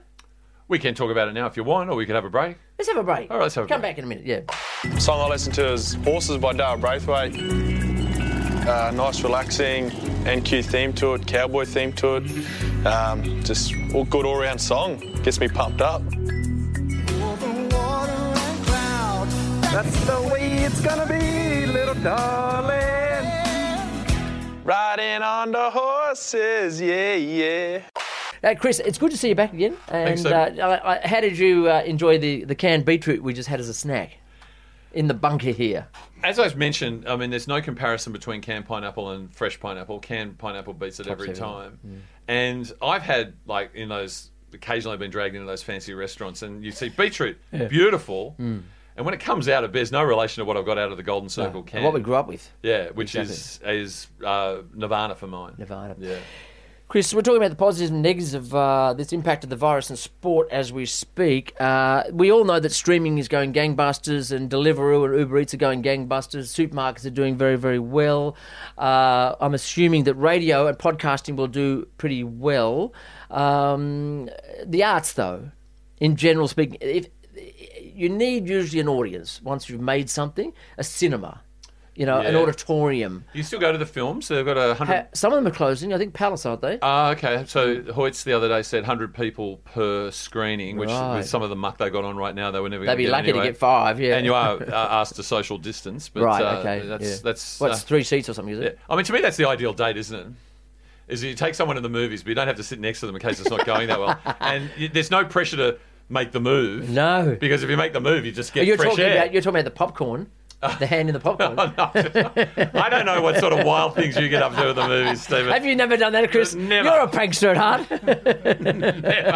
Speaker 4: we can talk about it now if you want, or we could have a break.
Speaker 3: Let's have a break.
Speaker 4: All right, let's have a
Speaker 3: Come
Speaker 4: break.
Speaker 3: back in a minute. Yeah.
Speaker 6: song I listen to is Horses by Dale Braithwaite. Uh, nice, relaxing NQ theme to it, cowboy theme to it. Um, just all good all round song. Gets me pumped up.
Speaker 2: That's the way it's gonna be, little darling.
Speaker 6: Riding on the horses, yeah, yeah.
Speaker 3: Uh, Chris, it's good to see you back again. And
Speaker 4: Thanks, David.
Speaker 3: uh, I, I, how did you uh, enjoy the the canned beetroot we just had as a snack in the bunker here?
Speaker 4: As I've mentioned, I mean, there's no comparison between canned pineapple and fresh pineapple. Canned pineapple beats it every
Speaker 3: everything.
Speaker 4: time. And I've had, like, in those, occasionally I've been dragged into those fancy restaurants and you see beetroot, beautiful.
Speaker 3: Mm.
Speaker 4: And when it comes out, it bears no relation to what I've got out of the Golden Circle can.
Speaker 3: And What we grew up with,
Speaker 4: yeah, which is is uh, Nirvana for mine.
Speaker 3: Nirvana.
Speaker 4: Yeah.
Speaker 3: Chris, we're talking about the positives and negatives of uh, this impact of the virus in sport as we speak. Uh, we all know that streaming is going gangbusters, and Deliveroo and Uber Eats are going gangbusters. Supermarkets are doing very, very well. Uh, I'm assuming that radio and podcasting will do pretty well. Um, the arts, though, in general speaking, if you need usually an audience once you've made something, a cinema, you know, an
Speaker 4: Yeah.
Speaker 3: auditorium.
Speaker 4: You still go to the films? So they've got a
Speaker 3: Pa-
Speaker 4: hundred.
Speaker 3: Some of them are closing. I think Palace, aren't they?
Speaker 4: Ah, okay. So
Speaker 3: Hmm.
Speaker 4: Hoyts the other day said 100 people per screening, which
Speaker 3: Right.
Speaker 4: with some of the muck they got on right now, they were never
Speaker 3: They'd
Speaker 4: going
Speaker 3: be
Speaker 4: get
Speaker 3: lucky
Speaker 4: anyway.
Speaker 3: to get five, yeah.
Speaker 4: and you are uh, asked to social distance. But,
Speaker 3: right,
Speaker 4: uh,
Speaker 3: okay.
Speaker 4: That's
Speaker 3: yeah.
Speaker 4: that's.
Speaker 3: well,
Speaker 4: uh,
Speaker 3: it's three seats or something, is it?
Speaker 4: yeah. I mean, to me, that's the ideal date, isn't it? Is you take someone to the movies, but you don't have to sit next to them in case it's not going that well, and you, there's no pressure to make the move.
Speaker 3: No.
Speaker 4: because if you make the move, you just
Speaker 3: But
Speaker 4: get
Speaker 3: you're
Speaker 4: fresh
Speaker 3: talking
Speaker 4: air.
Speaker 3: about you're talking about the popcorn, the hand in the popcorn.
Speaker 4: I don't know what sort of wild things you get up to at the movies, Stephen.
Speaker 3: Have you never done that, Chris?
Speaker 4: Never.
Speaker 3: You're a prankster at heart. but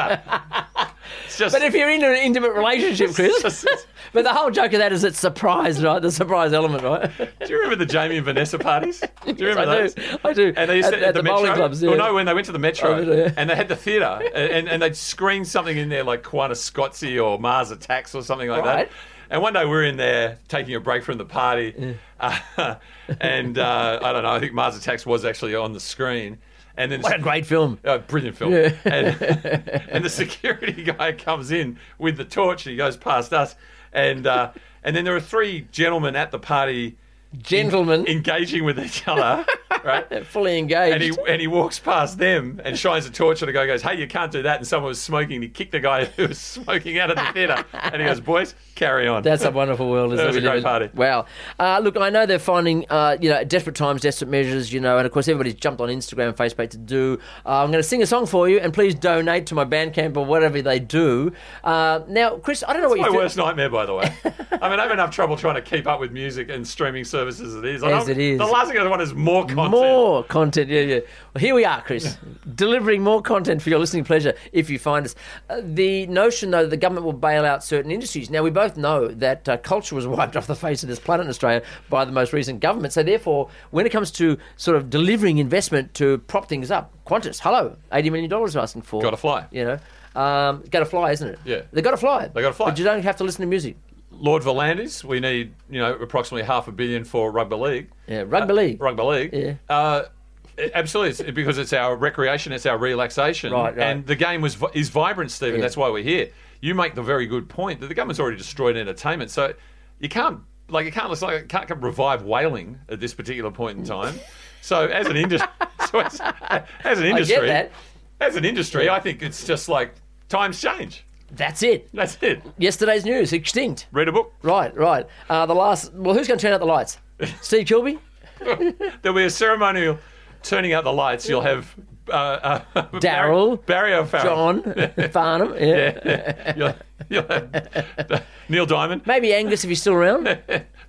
Speaker 4: It's just,
Speaker 3: if you're in an intimate relationship, Chris. but the whole joke of that is it's surprise, right? The surprise element, right?
Speaker 4: Do you remember the Jamie and Vanessa parties? Do you
Speaker 3: Yes,
Speaker 4: remember
Speaker 3: I
Speaker 4: those?
Speaker 3: do. I do.
Speaker 4: And they used to,
Speaker 3: At-
Speaker 4: at,
Speaker 3: at
Speaker 4: the,
Speaker 3: the bowling
Speaker 4: metro.
Speaker 3: clubs, yeah. Oh,
Speaker 4: Well, no, when they went to the metro,
Speaker 3: I remember, yeah.
Speaker 4: and they had the theatre, and, and they'd screen something in there like Quantascotzi or Mars Attacks or something like
Speaker 3: Right.
Speaker 4: that. And one day we were in there taking a break from the party, uh, and uh, I don't know. I think Mars Attacks was actually on the screen, and then
Speaker 3: What a great film.
Speaker 4: uh, brilliant film. And, and the security guy comes in with the torch and he goes past us. And uh, and then there are three gentlemen at the party
Speaker 3: Gentlemen,
Speaker 4: engaging with each other, right?
Speaker 3: fully engaged.
Speaker 4: And he and he walks past them and shines a torch at a guy. and Goes, hey, you can't do that. And someone was smoking. And he kicked the guy who was smoking out of the theatre. And he goes, boys, carry on.
Speaker 3: That's a wonderful world. Isn't
Speaker 4: That was
Speaker 3: it?
Speaker 4: a great party.
Speaker 3: Wow. Uh, look, I know they're finding, uh, you know, desperate times, desperate measures, you know, and of course everybody's jumped on Instagram and Facebook to do. Uh, I'm going to sing a song for you, and please donate to my Bandcamp or whatever they do. Uh, now, Chris, I don't know what
Speaker 4: my
Speaker 3: you feel.
Speaker 4: worst nightmare, by the way. I mean, I have enough trouble trying to keep up with music and streaming service as it is. I
Speaker 3: As
Speaker 4: don't-
Speaker 3: it is.
Speaker 4: The last thing I want is more content.
Speaker 3: More content, yeah, yeah. Well, here we are, Chris, delivering more content for your listening pleasure if you find us. Uh, the notion, though, that the government will bail out certain industries. Now, we both know that uh, culture was wiped off the face of this planet in Australia by the most recent government. So, therefore, when it comes to sort of delivering investment to prop things up, Qantas, hello, $80 million we're asking for.
Speaker 4: Gotta fly.
Speaker 3: You know, um, gotta fly, isn't it?
Speaker 4: Yeah.
Speaker 3: They gotta fly.
Speaker 4: They gotta fly.
Speaker 3: But you don't have to listen to music.
Speaker 4: Lord Volandis, we need you know approximately half a billion for rugby league. Uh,
Speaker 3: Yeah, rugby league.
Speaker 4: Rugby league.
Speaker 3: Yeah.
Speaker 4: Uh, it- absolutely, it's, because it's our recreation, it's our relaxation,
Speaker 3: Right, right.
Speaker 4: and the game was vi- is vibrant, Stephen.
Speaker 3: Yeah.
Speaker 4: That's why we're here. You make the very good point that the government's already destroyed entertainment, so you can't like you can't it's like it can't revive whaling at this particular point in time. so as an industry, so as, as an industry,
Speaker 3: that.
Speaker 4: as an industry, I think it's just like times change.
Speaker 3: That's it.
Speaker 4: That's it.
Speaker 3: Yesterday's news, extinct.
Speaker 4: Read a book.
Speaker 3: Right, right. Uh, the last. Well, who's going to turn out the lights? Steve Kilby,
Speaker 4: There'll be a ceremonial turning out the lights. You'll have uh, uh,
Speaker 3: Daryl,
Speaker 4: Barry O'Farrell,
Speaker 3: John, Farnham. Yeah.
Speaker 4: You'll, you'll have Neil Diamond,
Speaker 3: Maybe Angus if he's still around.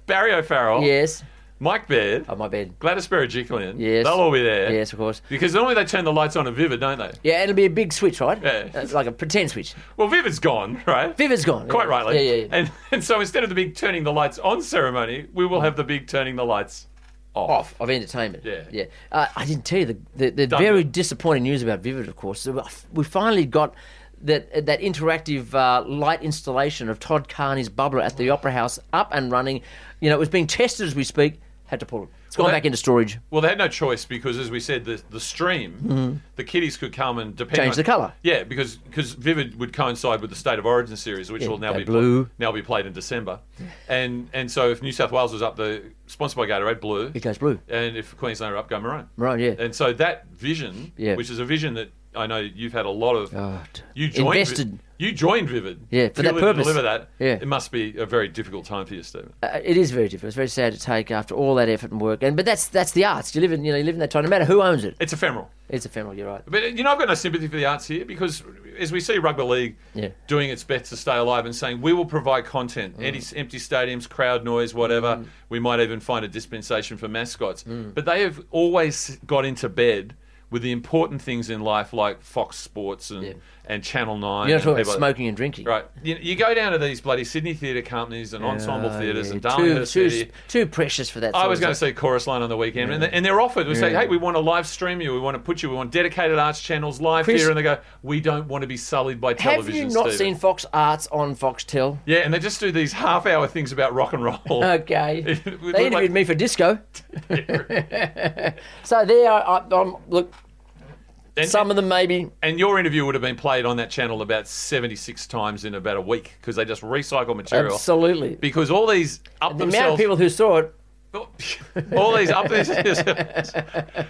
Speaker 4: Barry O'Farrell,
Speaker 3: yes.
Speaker 4: Mike Baird,
Speaker 3: Oh my bed.
Speaker 4: Gladys Berejiklian.
Speaker 3: Yes.
Speaker 4: they'll all be there.
Speaker 3: Yes, of course.
Speaker 4: Because normally they turn the lights on at Vivid, don't they?
Speaker 3: Yeah, it'll be a big switch, right?
Speaker 4: Yeah.
Speaker 3: It's like a pretend switch.
Speaker 4: Well, Vivid's gone, right?
Speaker 3: Vivid's gone.
Speaker 4: Quite
Speaker 3: Yeah.
Speaker 4: rightly.
Speaker 3: Yeah, yeah, yeah.
Speaker 4: And, and so instead of the big turning the lights on ceremony, we will have the big turning the lights off.
Speaker 3: off of entertainment.
Speaker 4: Yeah.
Speaker 3: yeah. Uh, I didn't tell you the the, the
Speaker 4: Done
Speaker 3: very
Speaker 4: it.
Speaker 3: disappointing news about Vivid. Of course, uh, we finally got that that interactive uh, light installation of Todd Carney's bubbler at the Opera House up and running. You know, it was being tested as we speak. Had to pull it. It's gone
Speaker 4: Well, that-
Speaker 3: back into storage.
Speaker 4: Well, they had no choice because, as we said, the the stream, the kiddies could come and depend
Speaker 3: Mm-hmm. Change
Speaker 4: on-
Speaker 3: the colour.
Speaker 4: Yeah, because because Vivid would coincide with the State of Origin series, which
Speaker 3: Yeah,
Speaker 4: will now
Speaker 3: go
Speaker 4: be
Speaker 3: blue.
Speaker 4: now be played in December, and and so if New South Wales was up, the sponsored by Gatorade, blue.
Speaker 3: It goes blue.
Speaker 4: And if Queensland are up, go maroon.
Speaker 3: Maroon, yeah.
Speaker 4: And so that vision,
Speaker 3: Yeah.
Speaker 4: which is a vision that I know you've had a lot of.
Speaker 3: God.
Speaker 4: You joined
Speaker 3: Invested.
Speaker 4: You joined Vivid.
Speaker 3: Yeah, for that
Speaker 4: Purely
Speaker 3: purpose.
Speaker 4: To deliver that.
Speaker 3: Yeah.
Speaker 4: It must be a very difficult time for you, Stephen.
Speaker 3: Uh, it is very difficult. It's very sad to take after all that effort and work. And but that's that's the arts. You live in you know you live in that time. No matter who owns it,
Speaker 4: It's ephemeral.
Speaker 3: it's ephemeral. You're right.
Speaker 4: But you know, I've got no sympathy for the arts here because, as we see, rugby league
Speaker 3: Yeah. Mm.
Speaker 4: doing its best to stay alive and saying we will provide content, empty, empty stadiums, crowd noise, whatever. We might even find a dispensation for mascots.
Speaker 3: Mm.
Speaker 4: But they have always got into bed with the important things in life, like Fox Sports and,
Speaker 3: Yeah.
Speaker 4: and Channel Nine.
Speaker 3: You're
Speaker 4: and
Speaker 3: not talking
Speaker 4: people-
Speaker 3: about smoking and drinking.
Speaker 4: Right, you, you go down to these bloody Sydney theatre companies and ensemble
Speaker 3: Oh,
Speaker 4: theatres
Speaker 3: yeah.
Speaker 4: and
Speaker 3: too,
Speaker 4: Darlinghurst
Speaker 3: too,
Speaker 4: Theatre.
Speaker 3: too precious for that.
Speaker 4: I
Speaker 3: sort
Speaker 4: was
Speaker 3: of
Speaker 4: going to
Speaker 3: stuff.
Speaker 4: say Chorus Line on the weekend, and, and they're offered. We say, hey, we want to live stream you. We want to put you. We want dedicated arts channels live
Speaker 3: Chris-
Speaker 4: here, and they go, we don't want to be sullied by
Speaker 3: Have
Speaker 4: television.
Speaker 3: you not
Speaker 4: Stephen."
Speaker 3: seen Fox Arts on Foxtel?
Speaker 4: Yeah, and they just do these half-hour things about rock and roll.
Speaker 3: Okay.
Speaker 4: It
Speaker 3: they
Speaker 4: would
Speaker 3: interviewed
Speaker 4: look like-
Speaker 3: me for disco. so there, I, I'm, look,
Speaker 4: and,
Speaker 3: some of them maybe.
Speaker 4: and your interview would have been played on that channel about seventy-six times in about a week because they just recycle material.
Speaker 3: Absolutely.
Speaker 4: Because all these up
Speaker 3: The amount of
Speaker 4: themselves,
Speaker 3: people who saw it,
Speaker 4: all these up themselves,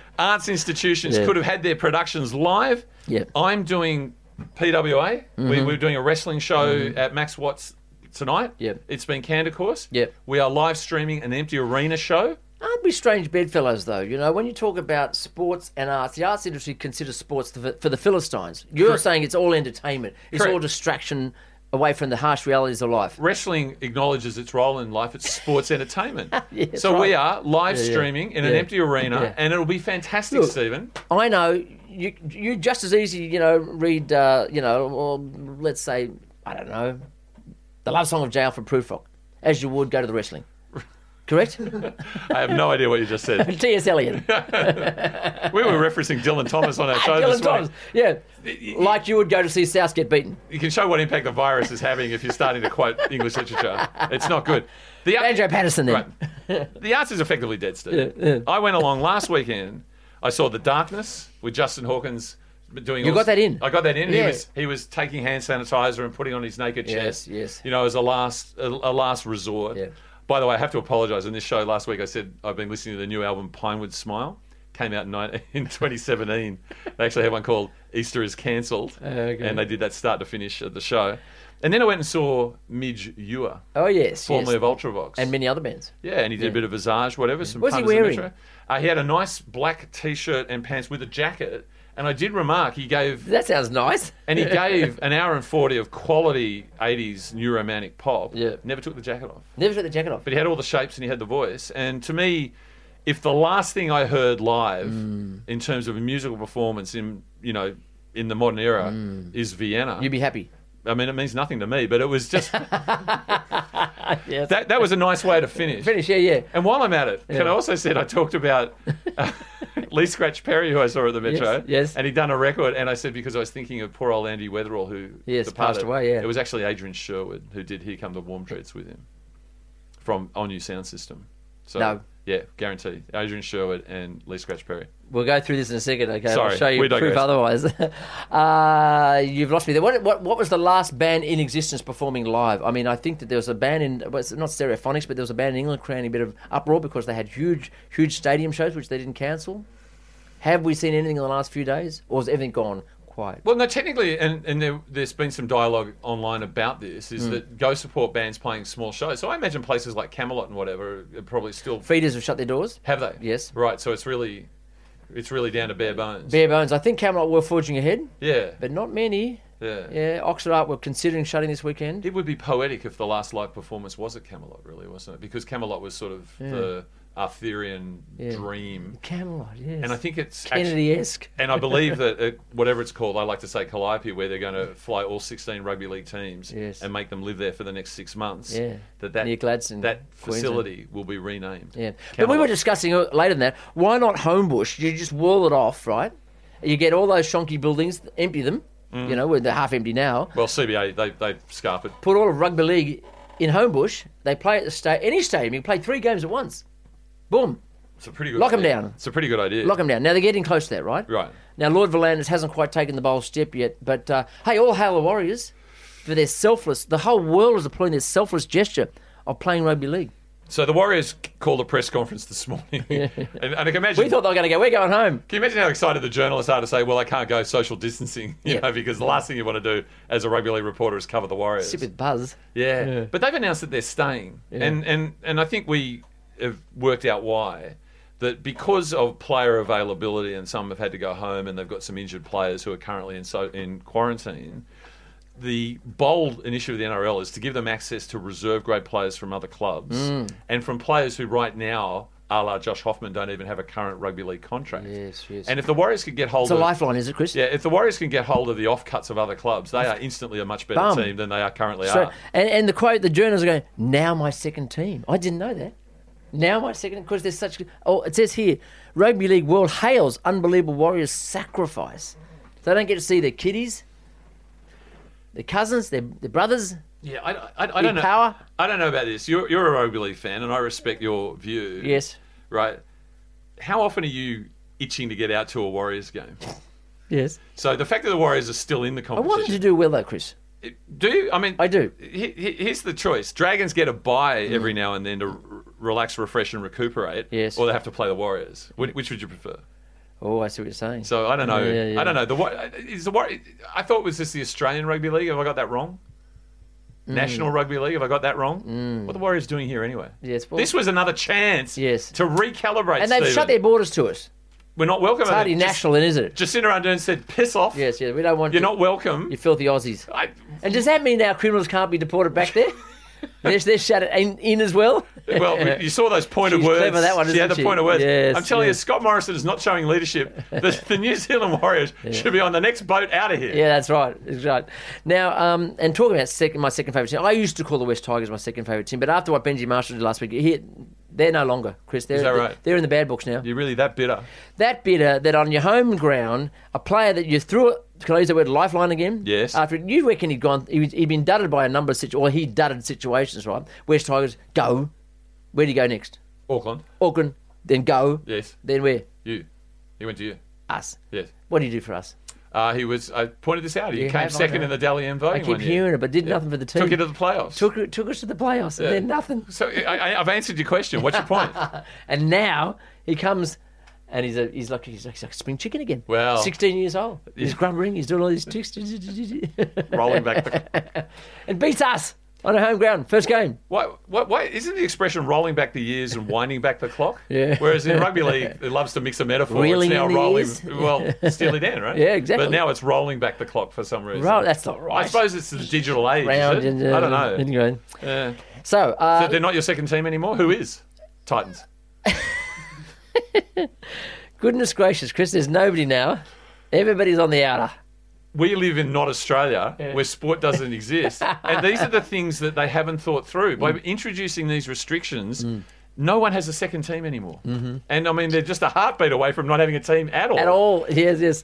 Speaker 4: arts institutions
Speaker 3: Yeah.
Speaker 4: could have had their productions live.
Speaker 3: Yeah. Mm-hmm.
Speaker 4: I'm doing PWA. We, we're doing a wrestling show at Max Watts tonight.
Speaker 3: Yep.
Speaker 4: It's been Candor Course.
Speaker 3: Yep.
Speaker 4: We are live streaming an empty arena show.
Speaker 3: aren't we strange bedfellows, though? You know, when you talk about sports and arts, the arts industry considers sports the, for the Philistines. You're
Speaker 4: Correct.
Speaker 3: saying it's all entertainment, it's
Speaker 4: Correct.
Speaker 3: all distraction away from the harsh realities of life.
Speaker 4: Wrestling acknowledges its role in life. It's sports entertainment. so
Speaker 3: right.
Speaker 4: we are live
Speaker 3: Yeah, yeah.
Speaker 4: streaming in an
Speaker 3: Yeah.
Speaker 4: empty arena,
Speaker 3: Yeah.
Speaker 4: and it'll be fantastic,
Speaker 3: Look,
Speaker 4: Stephen.
Speaker 3: I know you. You just as easy, you know, read, uh, you know, or let's say, I don't know, the love song of Jail for Prufrock, as you would go to the wrestling. Correct?
Speaker 4: I have no idea what you just said.
Speaker 3: T.S. Eliot.
Speaker 4: We were referencing Dylan Thomas on our show
Speaker 3: Dylan
Speaker 4: this
Speaker 3: Thomas.
Speaker 4: week.
Speaker 3: Yeah. Like you would go to see South get beaten.
Speaker 4: You can show what impact the virus is having if you're starting to quote English literature. It's not good. The
Speaker 3: Banjo Patterson then.
Speaker 4: Right. The arts is effectively dead, Steve. I went along last weekend. I saw The Darkness with Justin Hawkins doing.
Speaker 3: You
Speaker 4: all-
Speaker 3: got that in?
Speaker 4: I got that in.
Speaker 3: Yeah.
Speaker 4: He was he was taking hand sanitizer and putting on his naked
Speaker 3: Yes,
Speaker 4: chest.
Speaker 3: yes.
Speaker 4: You know, as a last a, a last resort.
Speaker 3: Yeah.
Speaker 4: By the way, I have to apologise. On this show last week, I said I've been listening to the new album Pinewood Smile. Came out in, nine- in 2017. They actually had one called Easter is Cancelled,
Speaker 3: Oh,
Speaker 4: and they did that start to finish at the show. And then I went and saw Midge Ewer,
Speaker 3: Oh, yes. yes.
Speaker 4: formerly of Ultravox,
Speaker 3: And many other bands.
Speaker 4: yeah, and he did a bit of visage, whatever. Some
Speaker 3: What was he
Speaker 4: punters in
Speaker 3: wearing?
Speaker 4: Metro. Uh, he had a nice black t-shirt and pants with a jacket And I did remark he gave
Speaker 3: That sounds nice.
Speaker 4: and he gave an hour and forty of quality '80s new romantic pop.
Speaker 3: Yeah.
Speaker 4: never took the jacket off.
Speaker 3: Never took the jacket off.
Speaker 4: but he had all the shapes and he had the voice. And to me, if the last thing I heard live
Speaker 3: Mm.
Speaker 4: in terms of a musical performance in you know in the modern era is Vienna,
Speaker 3: You'd Mm. be happy.
Speaker 4: I mean, it means nothing to me, but it was just that
Speaker 3: Yes.
Speaker 4: that was a nice way to finish.
Speaker 3: Finish, yeah, yeah.
Speaker 4: And while I'm at it, can
Speaker 3: Yeah.
Speaker 4: I also said I talked about uh, Lee Scratch Perry, who I saw at the Metro.
Speaker 3: yes.
Speaker 4: And he'd done a record, and I said because I was thinking of poor old Andy Weatherall, who
Speaker 3: Yes, passed away, yeah.
Speaker 4: it was actually Adrian Sherwood who did "Here Come the Warm Treats" with him from On New Sound System. So
Speaker 3: No.
Speaker 4: yeah, guarantee Adrian Sherwood and Lee Scratch Perry.
Speaker 3: We'll go through this in a second, okay?
Speaker 4: Sorry,
Speaker 3: I'll show you
Speaker 4: we
Speaker 3: proof
Speaker 4: digress.
Speaker 3: otherwise. uh, you've lost me there. What, what, what was the last band in existence performing live? I mean, I think that there was a band in, well, it's not Stereophonics, but there was a band in England creating a bit of uproar because they had huge, huge stadium shows which they didn't cancel. Have we seen anything in the last few days? Or has everything gone quiet?
Speaker 4: Well, no, technically, and, and there, there's been some dialogue online about this,
Speaker 3: Hmm.
Speaker 4: is that go support bands playing small shows. So I imagine places like Camelot and whatever are probably still
Speaker 3: Feeders have shut their doors?
Speaker 4: Have they?
Speaker 3: Yes.
Speaker 4: Right. So it's really, it's really down to bare bones.
Speaker 3: Bare bones. I think Camelot were forging ahead,
Speaker 4: yeah.
Speaker 3: but not many.
Speaker 4: yeah.
Speaker 3: Yeah, Oxford Art were considering shutting this weekend.
Speaker 4: It would be poetic if the last live performance was at Camelot, really, wasn't it? Because Camelot was sort of the Arthurian
Speaker 3: Yeah.
Speaker 4: dream,
Speaker 3: Camelot, yes.
Speaker 4: and I think it's actually-
Speaker 3: Kennedy-esque.
Speaker 4: and I believe that uh whatever it's called, I like to say Calliope, where they're going to fly all 16 rugby league teams
Speaker 3: Yes.
Speaker 4: and make them live there for the next six months.
Speaker 3: Yeah.
Speaker 4: That that,
Speaker 3: Near Gladstone,
Speaker 4: that
Speaker 3: Queensland.
Speaker 4: facility will be renamed.
Speaker 3: Yeah, but we
Speaker 4: Camelot.
Speaker 3: were discussing uh, later than that. Why not Homebush? You just wall it off, right? You get all those shonky buildings, empty them.
Speaker 4: Mm.
Speaker 3: You know, where they're half empty now.
Speaker 4: Well, CBA, they, they scarp it.
Speaker 3: Put all of rugby league in Homebush. They play at the sta- any stadium. You can play three games at once. Boom,
Speaker 4: It's a pretty good
Speaker 3: Lock 'em
Speaker 4: idea.
Speaker 3: down.
Speaker 4: It's a pretty good idea.
Speaker 3: lock them down. Now they're getting close to that, right?
Speaker 4: Right.
Speaker 3: Now Lord Valandis hasn't quite taken the bold step yet, but uh, hey, all hail the Warriors for their selfless. The whole world is applauding their selfless gesture of playing rugby league.
Speaker 4: So the Warriors called a press conference this morning, and, and I can imagine.
Speaker 3: We thought they were going to go. We're going home.
Speaker 4: can you imagine how excited the journalists are to say, "Well, I can't go social distancing," you
Speaker 3: Yeah.
Speaker 4: know, because the last thing you want to do as a rugby league reporter is cover the Warriors.
Speaker 3: Sip with buzz.
Speaker 4: Yeah. But they've announced that they're staying. And, and and I think we have worked out why. That because of player availability and some have had to go home and they've got some injured players who are currently in so in quarantine, the bold initiative of the NRL is to give them access to reserve grade players from other clubs
Speaker 3: Mm.
Speaker 4: and from players who right now a la Josh Hoffman don't even have a current rugby league contract.
Speaker 3: Yes, yes.
Speaker 4: And if the Warriors could get hold
Speaker 3: It's a
Speaker 4: of
Speaker 3: lifeline, is it, Chris?
Speaker 4: Yeah, if the Warriors can get hold of the offcuts of other clubs, they are instantly a much better
Speaker 3: Bum.
Speaker 4: team than they are currently
Speaker 3: So,
Speaker 4: are.
Speaker 3: and, and the quote, the journalists are going, now my second team. I didn't know that. Now my second, because there's such. Oh, it says here, Rugby League World hails unbelievable Warriors sacrifice. They don't get to see their kiddies, their cousins, their, their brothers.
Speaker 4: Yeah, I, I, I don't know.
Speaker 3: power?
Speaker 4: I don't know about this. You're, you're a rugby league fan, and I respect your view.
Speaker 3: Yes.
Speaker 4: Right. How often are you itching to get out to a Warriors game?
Speaker 3: Yes.
Speaker 4: So the fact that the Warriors are still in the
Speaker 3: I wanted to
Speaker 4: competition.
Speaker 3: do well, though, Chris.
Speaker 4: do you? I mean,
Speaker 3: I do. Mm.
Speaker 4: he- he- here's the choice: Dragons get a bye every now and then to r- relax, refresh, and recuperate.
Speaker 3: Yes.
Speaker 4: Or they have to play the Warriors. Which, which would you prefer?
Speaker 3: Oh, I see what you're saying.
Speaker 4: So I don't know.
Speaker 3: Yeah, yeah.
Speaker 4: I don't know. The Wa- is the War- I thought it was this the Australian Rugby League? Have I got that wrong?
Speaker 3: Mm.
Speaker 4: National Rugby League? Have I got that wrong? What are the Warriors doing here anyway?
Speaker 3: Yes, well-
Speaker 4: this was another chance.
Speaker 3: Yes.
Speaker 4: To recalibrate.
Speaker 3: and they've
Speaker 4: Stephen.
Speaker 3: shut their borders to us.
Speaker 4: We're not welcome.
Speaker 3: It's hardly national, then, is it?
Speaker 4: Jacinda Ardern said, "Piss off.
Speaker 3: yes, yes. We don't want
Speaker 4: You're
Speaker 3: you,
Speaker 4: not welcome."
Speaker 3: you filthy Aussies.
Speaker 4: I,
Speaker 3: And does that mean our criminals can't be deported back there? they're, they're shut in, in as well?
Speaker 4: well, you saw those pointed
Speaker 3: She's
Speaker 4: words.
Speaker 3: clever, that one,
Speaker 4: she
Speaker 3: isn't
Speaker 4: had the
Speaker 3: she?
Speaker 4: pointed words.
Speaker 3: Yes,
Speaker 4: I'm telling
Speaker 3: yes.
Speaker 4: you, Scott Morrison is not showing leadership. The, the New Zealand Warriors should be on the next boat out of here.
Speaker 3: Yeah, that's right. That's right. Now, um, and talking about second, my second favourite team, I used to call the West Tigers my second favourite team, but after what Benji Marshall did last week, he, they're no longer, Chris. They're,
Speaker 4: that
Speaker 3: they're-
Speaker 4: right?
Speaker 3: They're in the bad books now.
Speaker 4: You're really that bitter.
Speaker 3: That bitter that on your home ground, a player that you threw it. Can I use the word lifeline again?
Speaker 4: Yes.
Speaker 3: After you reckon he'd gone, he was, he'd been dudded by a number of situations, or he dudded situations, right? West Tigers go. Where do you go next?
Speaker 4: Auckland.
Speaker 3: Auckland, then go.
Speaker 4: Yes.
Speaker 3: Then where?
Speaker 4: You. He went to you.
Speaker 3: Us.
Speaker 4: Yes.
Speaker 3: What do you do for us?
Speaker 4: Uh, he was. I pointed this out. He
Speaker 3: You
Speaker 4: came
Speaker 3: have on
Speaker 4: second
Speaker 3: her.
Speaker 4: in the Dally M voting.
Speaker 3: I keep
Speaker 4: one year.
Speaker 3: hearing it, but did nothing for the team.
Speaker 4: Took you to the playoffs.
Speaker 3: took, took us to the playoffs, and then nothing.
Speaker 4: So I, I, I've answered your question. What's your point?
Speaker 3: And now he comes, and he's a, he's like he's like, he's like a spring chicken again.
Speaker 4: Well-
Speaker 3: sixteen years old. He's grumbling. He's doing all these ticks,
Speaker 4: Rolling back the.
Speaker 3: and beats us. on our home ground, first game.
Speaker 4: Why, why, why isn't the expression rolling back the years and winding back the clock?
Speaker 3: Yeah.
Speaker 4: Whereas in rugby league, it loves to mix a metaphor.
Speaker 3: Reeling
Speaker 4: it's now
Speaker 3: in the
Speaker 4: rolling.
Speaker 3: ears?
Speaker 4: Well, steely Dan, right?
Speaker 3: Yeah, exactly.
Speaker 4: But now it's rolling back the clock for some reason.
Speaker 3: Right, that's not right.
Speaker 4: I suppose it's the digital age. is
Speaker 3: Round
Speaker 4: it?
Speaker 3: and, uh,
Speaker 4: I don't know.
Speaker 3: and going.
Speaker 4: Yeah.
Speaker 3: So, uh,
Speaker 4: But they're not your second team anymore. Who is? Titans.
Speaker 3: goodness gracious, Chris, there's nobody now. Everybody's on the outer.
Speaker 4: we live in not Australia where sport doesn't exist. and these are the things that they haven't thought through.
Speaker 3: Mm.
Speaker 4: By introducing these restrictions, no one has a second team anymore. And I mean, they're just a heartbeat away from not having a team at all.
Speaker 3: Mm-hmm. At all. Yes, yes.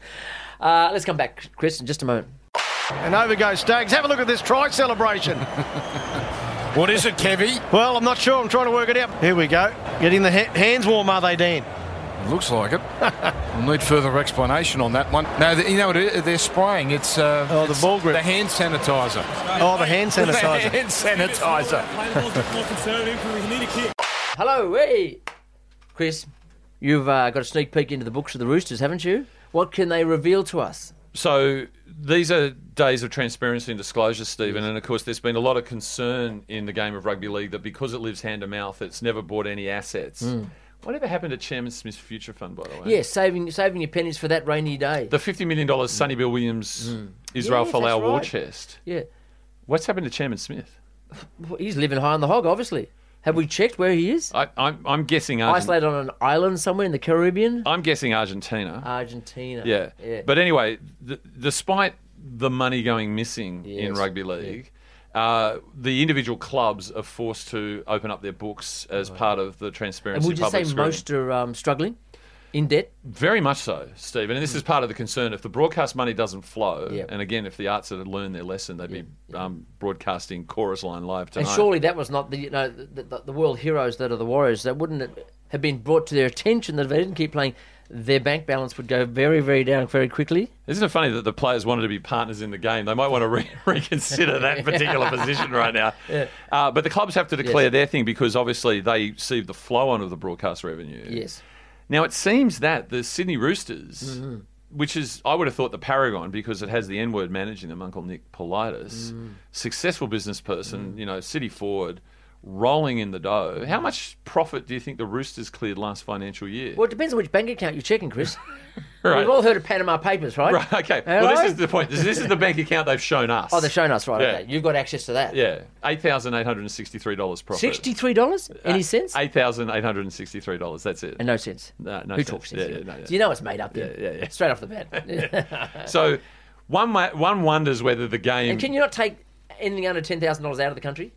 Speaker 3: Uh, let's come back, Chris, in just a moment.
Speaker 7: And over goes Stags. Have a look at this try celebration.
Speaker 8: What is it, Kevy?
Speaker 7: well, I'm not sure. I'm trying to work it out. Here we go. Getting the ha- hands warm, are they, Dan?
Speaker 8: Looks like it. we'll need further explanation on that one. No, the, you know what it is? They're spraying. It's uh,
Speaker 7: Oh, the
Speaker 8: it's
Speaker 7: ball grip.
Speaker 8: the hand sanitizer.
Speaker 7: Oh, the hand
Speaker 8: The
Speaker 7: sanitizer.
Speaker 8: hand sanitizer.
Speaker 3: Hello, hey. Chris, you've uh, got a sneak peek into the books of the Roosters, haven't you? What can they reveal to us?
Speaker 4: So these are days of transparency and disclosure, Stephen. And of course, there's been a lot of concern in the game of rugby league that because it lives hand to mouth, it's never bought any assets.
Speaker 3: Hmm.
Speaker 4: Whatever happened to Chairman Smith's future fund, by the way?
Speaker 3: Yes, saving saving your pennies for that rainy day.
Speaker 4: The $50 million Sonny Bill Williams Israel
Speaker 3: Yes, Hmm.
Speaker 4: Folau
Speaker 3: that's
Speaker 4: war
Speaker 3: right.
Speaker 4: chest.
Speaker 3: yeah,
Speaker 4: What's happened to Chairman Smith?
Speaker 3: Well, he's living high on the hog, obviously. Have we checked where he is?
Speaker 4: Uh, I, I'm, I'm guessing Argentina.
Speaker 3: Isolated on an island somewhere in the Caribbean,
Speaker 4: I'm guessing Argentina.
Speaker 3: Argentina.
Speaker 4: yeah.
Speaker 3: yeah.
Speaker 4: But anyway, th- despite the money going missing in
Speaker 3: Yes.
Speaker 4: rugby league, uh, the individual clubs are forced to open up their books as part of the
Speaker 3: and
Speaker 4: transparency.
Speaker 3: would you say
Speaker 4: public scrutiny.
Speaker 3: most are um, struggling, in debt?
Speaker 4: Very much so, Stephen. And this is part of the concern. If the broadcast money doesn't flow,
Speaker 3: Hmm. Yep.
Speaker 4: and again, if the arts had learned their lesson, they'd be Um, broadcasting Chorus Line live tonight.
Speaker 3: And surely that was not the you know the, the, the world heroes that are the Warriors. That wouldn't it have been brought to their attention that if they didn't keep playing, their bank balance would go very very down very quickly.
Speaker 4: Isn't it funny that the players wanted to be partners in the game? They might want to re- reconsider that particular position right now. Uh, but the clubs have to declare
Speaker 3: Yes.
Speaker 4: their thing because obviously they see the flow on of the broadcast revenue.
Speaker 3: Yes.
Speaker 4: Now it seems that the Sydney Roosters,
Speaker 3: Mm-hmm.
Speaker 4: which is I would have thought the paragon because it has the N word managing them, Uncle Nick Politis,
Speaker 3: Mm.
Speaker 4: successful business person, you know, city forward, rolling in the dough. How much profit do you think the Roosters cleared last financial year?
Speaker 3: Well, it depends on which bank account you're checking, Chris.
Speaker 4: Right.
Speaker 3: We've all heard of Panama Papers, right?
Speaker 4: Right, okay.
Speaker 3: Hello?
Speaker 4: Well, this is the point. This, this is the bank account they've shown us.
Speaker 3: Oh, they're showing us, right?
Speaker 4: Yeah.
Speaker 3: Okay, you've got access to that.
Speaker 4: Yeah, eight thousand eight hundred and sixty-three dollars profit.
Speaker 3: Sixty-three dollars?
Speaker 4: Uh,
Speaker 3: Any cents?
Speaker 4: Eight thousand eight hundred and sixty-three dollars. That's it.
Speaker 3: And no cents.
Speaker 4: No- no
Speaker 3: Who
Speaker 4: cents.
Speaker 3: talks
Speaker 4: Yeah,
Speaker 3: sense?
Speaker 4: yeah, no, yeah.
Speaker 3: Do you know it's made up? Then?
Speaker 4: Yeah, yeah, yeah.
Speaker 3: Straight off the bat.
Speaker 4: So one ma- one wonders whether the game.
Speaker 3: and can you not take anything under ten thousand dollars out of the country?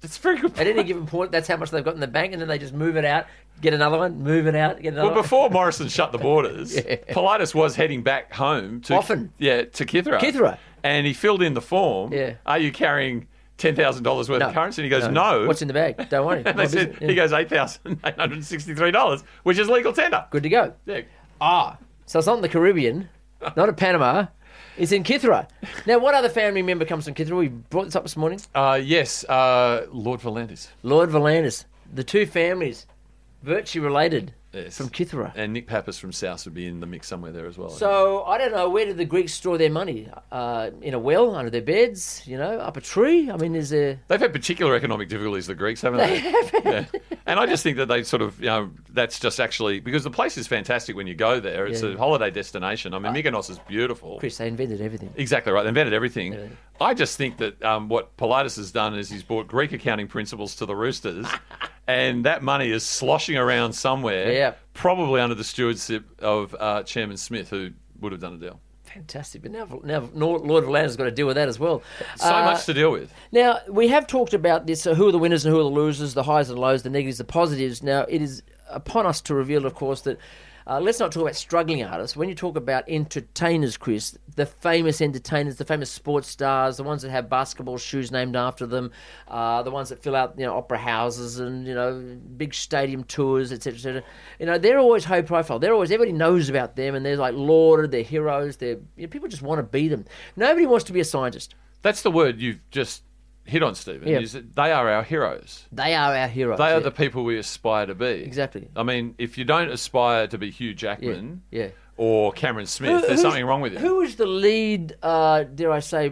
Speaker 4: That's a very good.
Speaker 3: At
Speaker 4: Point.
Speaker 3: any given point, that's how much they've got in the bank, and then they just move it out, get another one, move it out, get another.
Speaker 4: Well,
Speaker 3: one.
Speaker 4: before Morrison shut the borders, Politis was heading back home to
Speaker 3: Often.
Speaker 4: Yeah, to Kithera.
Speaker 3: Kythera.
Speaker 4: And he filled in the form.
Speaker 3: Yeah.
Speaker 4: Are you carrying ten thousand dollars worth
Speaker 3: No.
Speaker 4: of currency? And he goes, No.
Speaker 3: What's in the bag? Don't worry.
Speaker 4: and
Speaker 3: My
Speaker 4: they said
Speaker 3: business.
Speaker 4: he
Speaker 3: Yeah.
Speaker 4: goes eight thousand eight hundred and sixty-three dollars, which is legal tender.
Speaker 3: Good to go.
Speaker 4: Yeah.
Speaker 3: So it's not in the Caribbean, not in Panama. It's in Kithra. Now, what other family member comes from Kithra? We brought this up this morning.
Speaker 4: Uh, yes, uh, Lord Valandis.
Speaker 3: Lord Valandis. The two families, virtually related
Speaker 4: Yes.
Speaker 3: from Kithra.
Speaker 4: And Nick Pappas from South would be in the mix somewhere there as well.
Speaker 3: So I don't know where did the Greeks store their money? Uh, in a well, under their beds, you know, up a tree. I mean, is there?
Speaker 4: They've had particular economic difficulties, the Greeks, haven't they? yeah. And I just think that they sort of, you know, that's just actually because the place is fantastic when you go there. It's
Speaker 3: Yeah.
Speaker 4: a holiday destination. I mean, Mykonos is beautiful.
Speaker 3: Chris, they invented everything.
Speaker 4: Exactly right. They invented everything. I just think that um, what Pilatus has done is he's brought Greek accounting principles to the Roosters, and that money is sloshing around somewhere,
Speaker 3: Yeah.
Speaker 4: probably under the stewardship of uh, Chairman Smith, who would have done a deal.
Speaker 3: Fantastic. But now, now Lord Valandis has got to deal with that as well.
Speaker 4: So
Speaker 3: Uh,
Speaker 4: much to deal with.
Speaker 3: Now we have talked about this: uh, who are the winners and who are the losers, the highs and lows, the negatives, the positives. Now it is upon us to reveal, of course, that uh, let's not talk about struggling artists. When you talk about entertainers, Chris, the famous entertainers, the famous sports stars, the ones that have basketball shoes named after them, uh, the ones that fill out you know opera houses and you know big stadium tours, etc., etc. You know they're always high profile. They're always everybody knows about them, and they're like lauded, they're heroes. They're you know, people just want to be them. Nobody wants to be a scientist.
Speaker 4: That's the word you've just hit on, Stephen.
Speaker 3: Yeah.
Speaker 4: Is that they are our heroes.
Speaker 3: They are our heroes.
Speaker 4: They
Speaker 3: yeah.
Speaker 4: are the people we aspire to be.
Speaker 3: Exactly.
Speaker 4: I mean, if you don't aspire to be Hugh Jackman
Speaker 3: yeah.
Speaker 4: or Cameron Smith,
Speaker 3: Who-
Speaker 4: there's
Speaker 3: who's-
Speaker 4: something wrong with you.
Speaker 3: Who is the lead, uh, dare I say,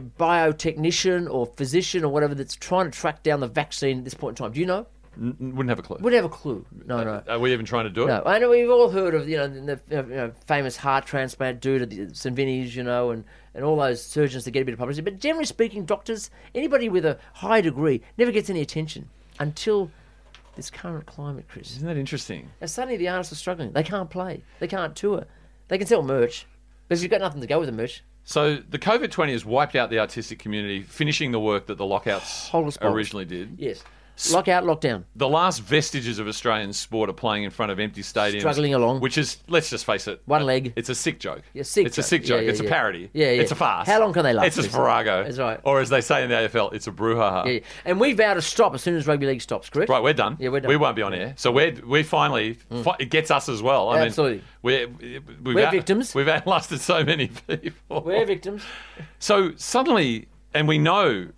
Speaker 3: biotechnician or physician or whatever that's trying to track down the vaccine at this point in time? Do you know?
Speaker 4: N- Wouldn't have a clue.
Speaker 3: Wouldn't have a clue. No, no.
Speaker 4: Are we even trying to do it?
Speaker 3: No, I know we've all heard of you know the the, you know, famous heart transplant dude at the St Vinny's, you know, and, and all those surgeons that get a bit of publicity. But generally speaking, doctors, anybody with a high degree, never gets any attention until this current climate, Chris.
Speaker 4: Isn't that interesting?
Speaker 3: Now suddenly the artists are struggling. They can't play. They can't tour. They can sell merch, but you've got nothing to go with the merch.
Speaker 4: So the COVID twenty has wiped out the artistic community, finishing the work that the lockouts
Speaker 3: Hold us both.
Speaker 4: originally did.
Speaker 3: Yes, lockout, lockdown.
Speaker 4: The last vestiges of Australian sport are playing in front of empty stadiums,
Speaker 3: Struggling along.
Speaker 4: Which is, let's just face it,
Speaker 3: One leg.
Speaker 4: It's a sick joke.
Speaker 3: Yeah, sick
Speaker 4: it's a
Speaker 3: joke.
Speaker 4: sick
Speaker 3: Yeah,
Speaker 4: joke.
Speaker 3: yeah,
Speaker 4: it's
Speaker 3: yeah.
Speaker 4: a parody.
Speaker 3: Yeah, yeah.
Speaker 4: It's a farce.
Speaker 3: How long can they last?
Speaker 4: It's a
Speaker 3: That's
Speaker 4: farrago.
Speaker 3: That's right.
Speaker 4: Or as they say in the AFL, it's a brouhaha.
Speaker 3: Yeah, yeah. and we vow to stop as soon as rugby league stops. Correct.
Speaker 4: Right, we're done.
Speaker 3: Yeah, we're done. Hmm.
Speaker 4: We won't be on air. So we're we finally fi- it gets us as well. I
Speaker 3: Absolutely.
Speaker 4: mean, we're we've
Speaker 3: We're victims.
Speaker 4: We've outlasted so many people.
Speaker 3: We're victims.
Speaker 4: So suddenly, and we know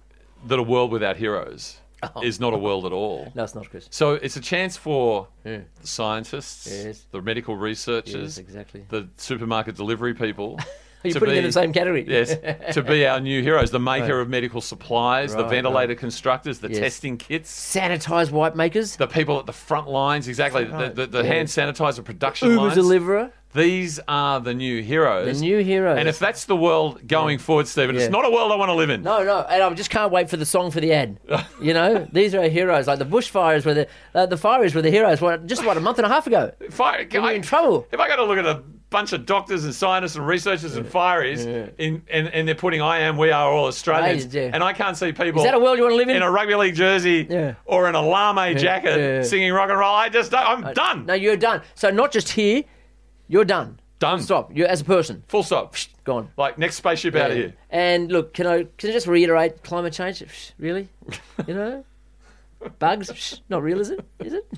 Speaker 4: that a world without heroes is not a world at all.
Speaker 3: Oh. No, it's not, Chris.
Speaker 4: So it's a chance for the scientists,
Speaker 3: Yes.
Speaker 4: the medical researchers,
Speaker 3: Yes, exactly.
Speaker 4: the supermarket delivery people.
Speaker 3: You're
Speaker 4: to
Speaker 3: putting them in the same category.
Speaker 4: Yes, to be our new heroes, the maker of medical supplies, the
Speaker 3: Right,
Speaker 4: ventilator constructors, the
Speaker 3: Yes.
Speaker 4: testing kits,
Speaker 3: Sanitized wipe makers.
Speaker 4: the people at the front lines, exactly,
Speaker 3: Right.
Speaker 4: the, the, the
Speaker 3: Yeah.
Speaker 4: hand sanitizer production
Speaker 3: Uber
Speaker 4: lines.
Speaker 3: deliverer.
Speaker 4: These are the new heroes.
Speaker 3: The new heroes.
Speaker 4: And if that's the world going forward, Stephen,
Speaker 3: Yeah.
Speaker 4: it's not a world I want to live in.
Speaker 3: No, no, and I just can't wait for the song for the ad. You know, these are our heroes. Like the bushfires were the uh, the fires were the heroes. What just what a month and a half ago.
Speaker 4: Fire,
Speaker 3: Then
Speaker 4: I-
Speaker 3: you're in trouble.
Speaker 4: If I got to look at a bunch of doctors and scientists and researchers and fireys, in, and, and they're putting I am, we are all Australians,
Speaker 3: Right, yeah.
Speaker 4: and I can't see people.
Speaker 3: Is that a world you want to live in?
Speaker 4: in a rugby league jersey
Speaker 3: Yeah.
Speaker 4: or in a lame jacket
Speaker 3: yeah, yeah.
Speaker 4: singing rock and roll. I just don't, I'm done.
Speaker 3: no, you're done. So not just here, you're done.
Speaker 4: Done.
Speaker 3: Stop. You as a person,
Speaker 4: Full stop. Psh,
Speaker 3: gone.
Speaker 4: Like next spaceship out of here.
Speaker 3: And look, can I can I just reiterate climate change? Psh, Really? You know, bugs? Psh, Not real, is it? Is it?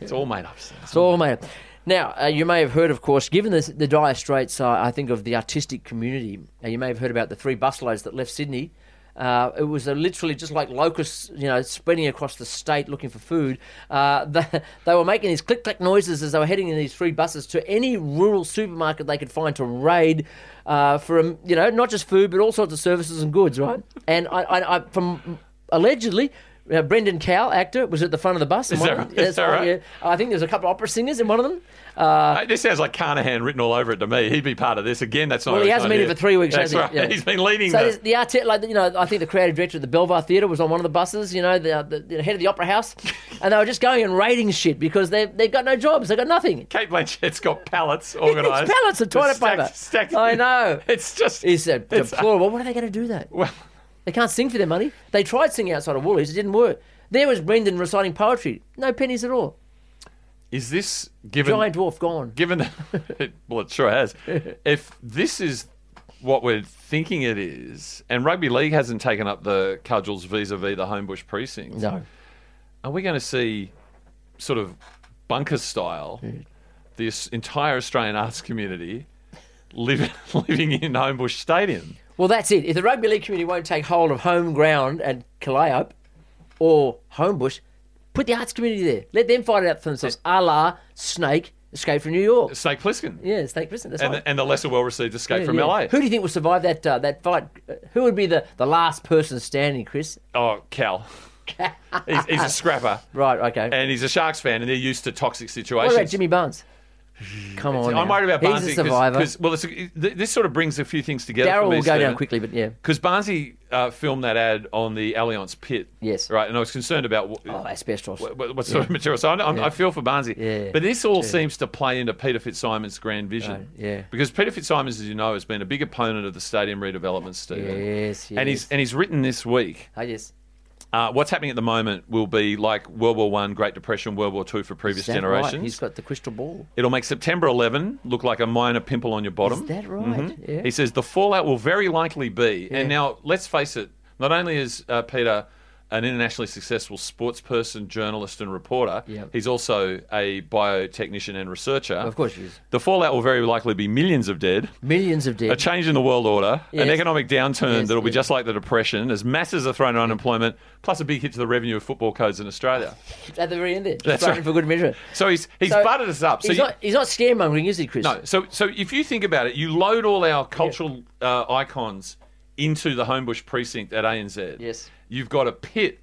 Speaker 4: It's all made up. Stan.
Speaker 3: It's all made up. Now, uh, you may have heard, of course, given the, the dire straits, uh, I think, of the artistic community, uh, you may have heard about the three busloads that left Sydney. Uh, it was uh, literally just like locusts, you know, spreading across the state looking for food. Uh, they, they were making these click clack noises as they were heading in these three buses to any rural supermarket they could find to raid uh, for, um, you know, not just food, but all sorts of services and goods, right? And I, I, I from allegedly, uh, Brendan Cow, actor, was at the front of the bus. and
Speaker 4: Is
Speaker 3: one
Speaker 4: that
Speaker 3: of them-
Speaker 4: right? Is that right?
Speaker 3: yeah. I think there's a couple of opera singers in one of them.
Speaker 4: Hey, this sounds like Carnahan written all over it to me. He'd be part of this again. That's not.
Speaker 3: Well, he
Speaker 4: his
Speaker 3: hasn't been here
Speaker 4: idea.
Speaker 3: for three weeks,
Speaker 4: That's
Speaker 3: has
Speaker 4: right.
Speaker 3: he? Yeah.
Speaker 4: He's been leading
Speaker 3: So
Speaker 4: the-
Speaker 3: there's the art, like you know, I think the creative director of the Belvoir Theatre was on one of the buses. You know, the, the, the head of the opera house, and they were just going and raiding shit because they they've got no jobs, they've got nothing.
Speaker 4: Kate Blanchett's got pallets organised.
Speaker 3: pallets of toilet
Speaker 4: Stacked-
Speaker 3: paper.
Speaker 4: stacked-
Speaker 3: I know.
Speaker 4: It's just.
Speaker 3: It's uh,
Speaker 4: It's-
Speaker 3: deplorable. what are they going to do that?
Speaker 4: well,
Speaker 3: They can't sing for their money. They tried singing outside of Woolies, it didn't work. There was Brendan reciting poetry, no pennies at all.
Speaker 4: is this given?
Speaker 3: Giant dwarf gone.
Speaker 4: given that, well, it sure has. If this is what we're thinking it is, and rugby league hasn't taken up the cudgels vis-a-vis the Homebush precinct,
Speaker 3: No.
Speaker 4: are we going to see sort of bunker style the as- entire Australian arts community live, living in Homebush Stadium?
Speaker 3: Well, that's it. If the rugby league community won't take hold of home ground at Calliope or Homebush, put the arts community there. Let them fight it out for themselves. A la Snake Escape from New York.
Speaker 4: Snake Plissken
Speaker 3: Yeah, Snake Prison. That's
Speaker 4: and,
Speaker 3: right.
Speaker 4: the, and the lesser well-received escape
Speaker 3: Yeah,
Speaker 4: from
Speaker 3: yeah.
Speaker 4: LA.
Speaker 3: Who do you think will survive that uh, that fight? Uh, Who would be the, the last person standing, Chris?
Speaker 4: Oh, Cal. he's, he's a scrapper.
Speaker 3: Right, okay.
Speaker 4: And he's a Sharks fan, and they're used to toxic
Speaker 3: what
Speaker 4: situations.
Speaker 3: about Jimmy Barnes? Come on.
Speaker 4: I'm
Speaker 3: now.
Speaker 4: worried about
Speaker 3: He's
Speaker 4: Barnsley.
Speaker 3: a survivor.
Speaker 4: Cause, well, it's, th- this sort of brings a few things together.
Speaker 3: Darryl will go down quickly, but yeah.
Speaker 4: Because Barnsley uh, filmed that ad on the Allianz pit.
Speaker 3: Yes.
Speaker 4: Right, and I was concerned about wh-
Speaker 3: Oh, asbestos.
Speaker 4: wh- what, sort of material. So I, I'm- I feel for Barnsley.
Speaker 3: Yeah.
Speaker 4: But this all seems to play into Peter Fitzsimons' grand vision.
Speaker 3: Right, yeah.
Speaker 4: Because Peter Fitzsimons, as you know, has been a big opponent of the stadium redevelopment, Stephen.
Speaker 3: Yes, yes.
Speaker 4: And he's, and he's written this week
Speaker 3: Oh, yes.
Speaker 4: uh, what's happening at the moment will be like World War One, Great Depression, World War Two for
Speaker 3: Is
Speaker 4: previous
Speaker 3: that right?
Speaker 4: generations.
Speaker 3: He's got the crystal ball.
Speaker 4: It'll make September 11 look like a minor pimple on your bottom.
Speaker 3: Is that right? Yeah.
Speaker 4: He says the fallout will very likely be, and now let's face it, not only is uh, Peter an internationally successful sports person, journalist, and reporter.
Speaker 3: Yep.
Speaker 4: He's also a biotechnician and researcher.
Speaker 3: Of course he is.
Speaker 4: The fallout will very likely be millions of dead,
Speaker 3: Millions of
Speaker 4: a
Speaker 3: dead.
Speaker 4: change in the world order,
Speaker 3: Yes.
Speaker 4: an economic downturn
Speaker 3: Yes,
Speaker 4: that'll be
Speaker 3: yes.
Speaker 4: just like the Depression, as masses are thrown in unemployment, plus a big hit to the revenue of football codes in Australia.
Speaker 3: At the very end there.
Speaker 4: That's
Speaker 3: Starting
Speaker 4: right.
Speaker 3: for good measure.
Speaker 4: So he's he's
Speaker 3: So
Speaker 4: buttered us up. So
Speaker 3: he's,
Speaker 4: you-
Speaker 3: not, he's not scaremongering, is he, Chris?
Speaker 4: no, so so if you think about it, you load all our cultural uh, icons into the Homebush precinct at ANZ.
Speaker 3: Yes.
Speaker 4: you've got a pit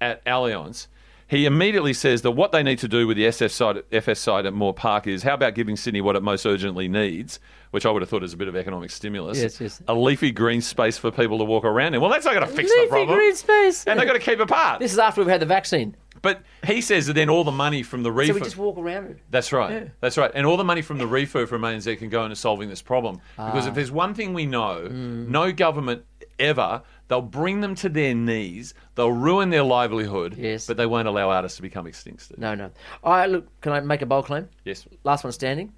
Speaker 4: at Allianz. He immediately says that what they need to do with the SF side, FS side at Moore Park is how about giving Sydney what it most urgently needs, which I would have thought is a bit of economic stimulus.
Speaker 3: Yes, yes.
Speaker 4: A leafy green space for people to walk around in. Well, that's not going to fix
Speaker 3: Leafy
Speaker 4: the problem.
Speaker 3: green space.
Speaker 4: And they've got to keep apart.
Speaker 3: This is after we've had the vaccine.
Speaker 4: But he says that then all the money from the reefer.
Speaker 3: So we just walk around it.
Speaker 4: That's right. That's right. And all the money from the reefer from ANZ can go into solving this problem. Because if there's one thing we know, no government ever, they'll bring them to their knees, they'll ruin their livelihood,
Speaker 3: Yes.
Speaker 4: but they won't allow artists to become extinct.
Speaker 3: No, no. I look. Can I make a bold claim?
Speaker 4: Yes.
Speaker 3: Last one standing.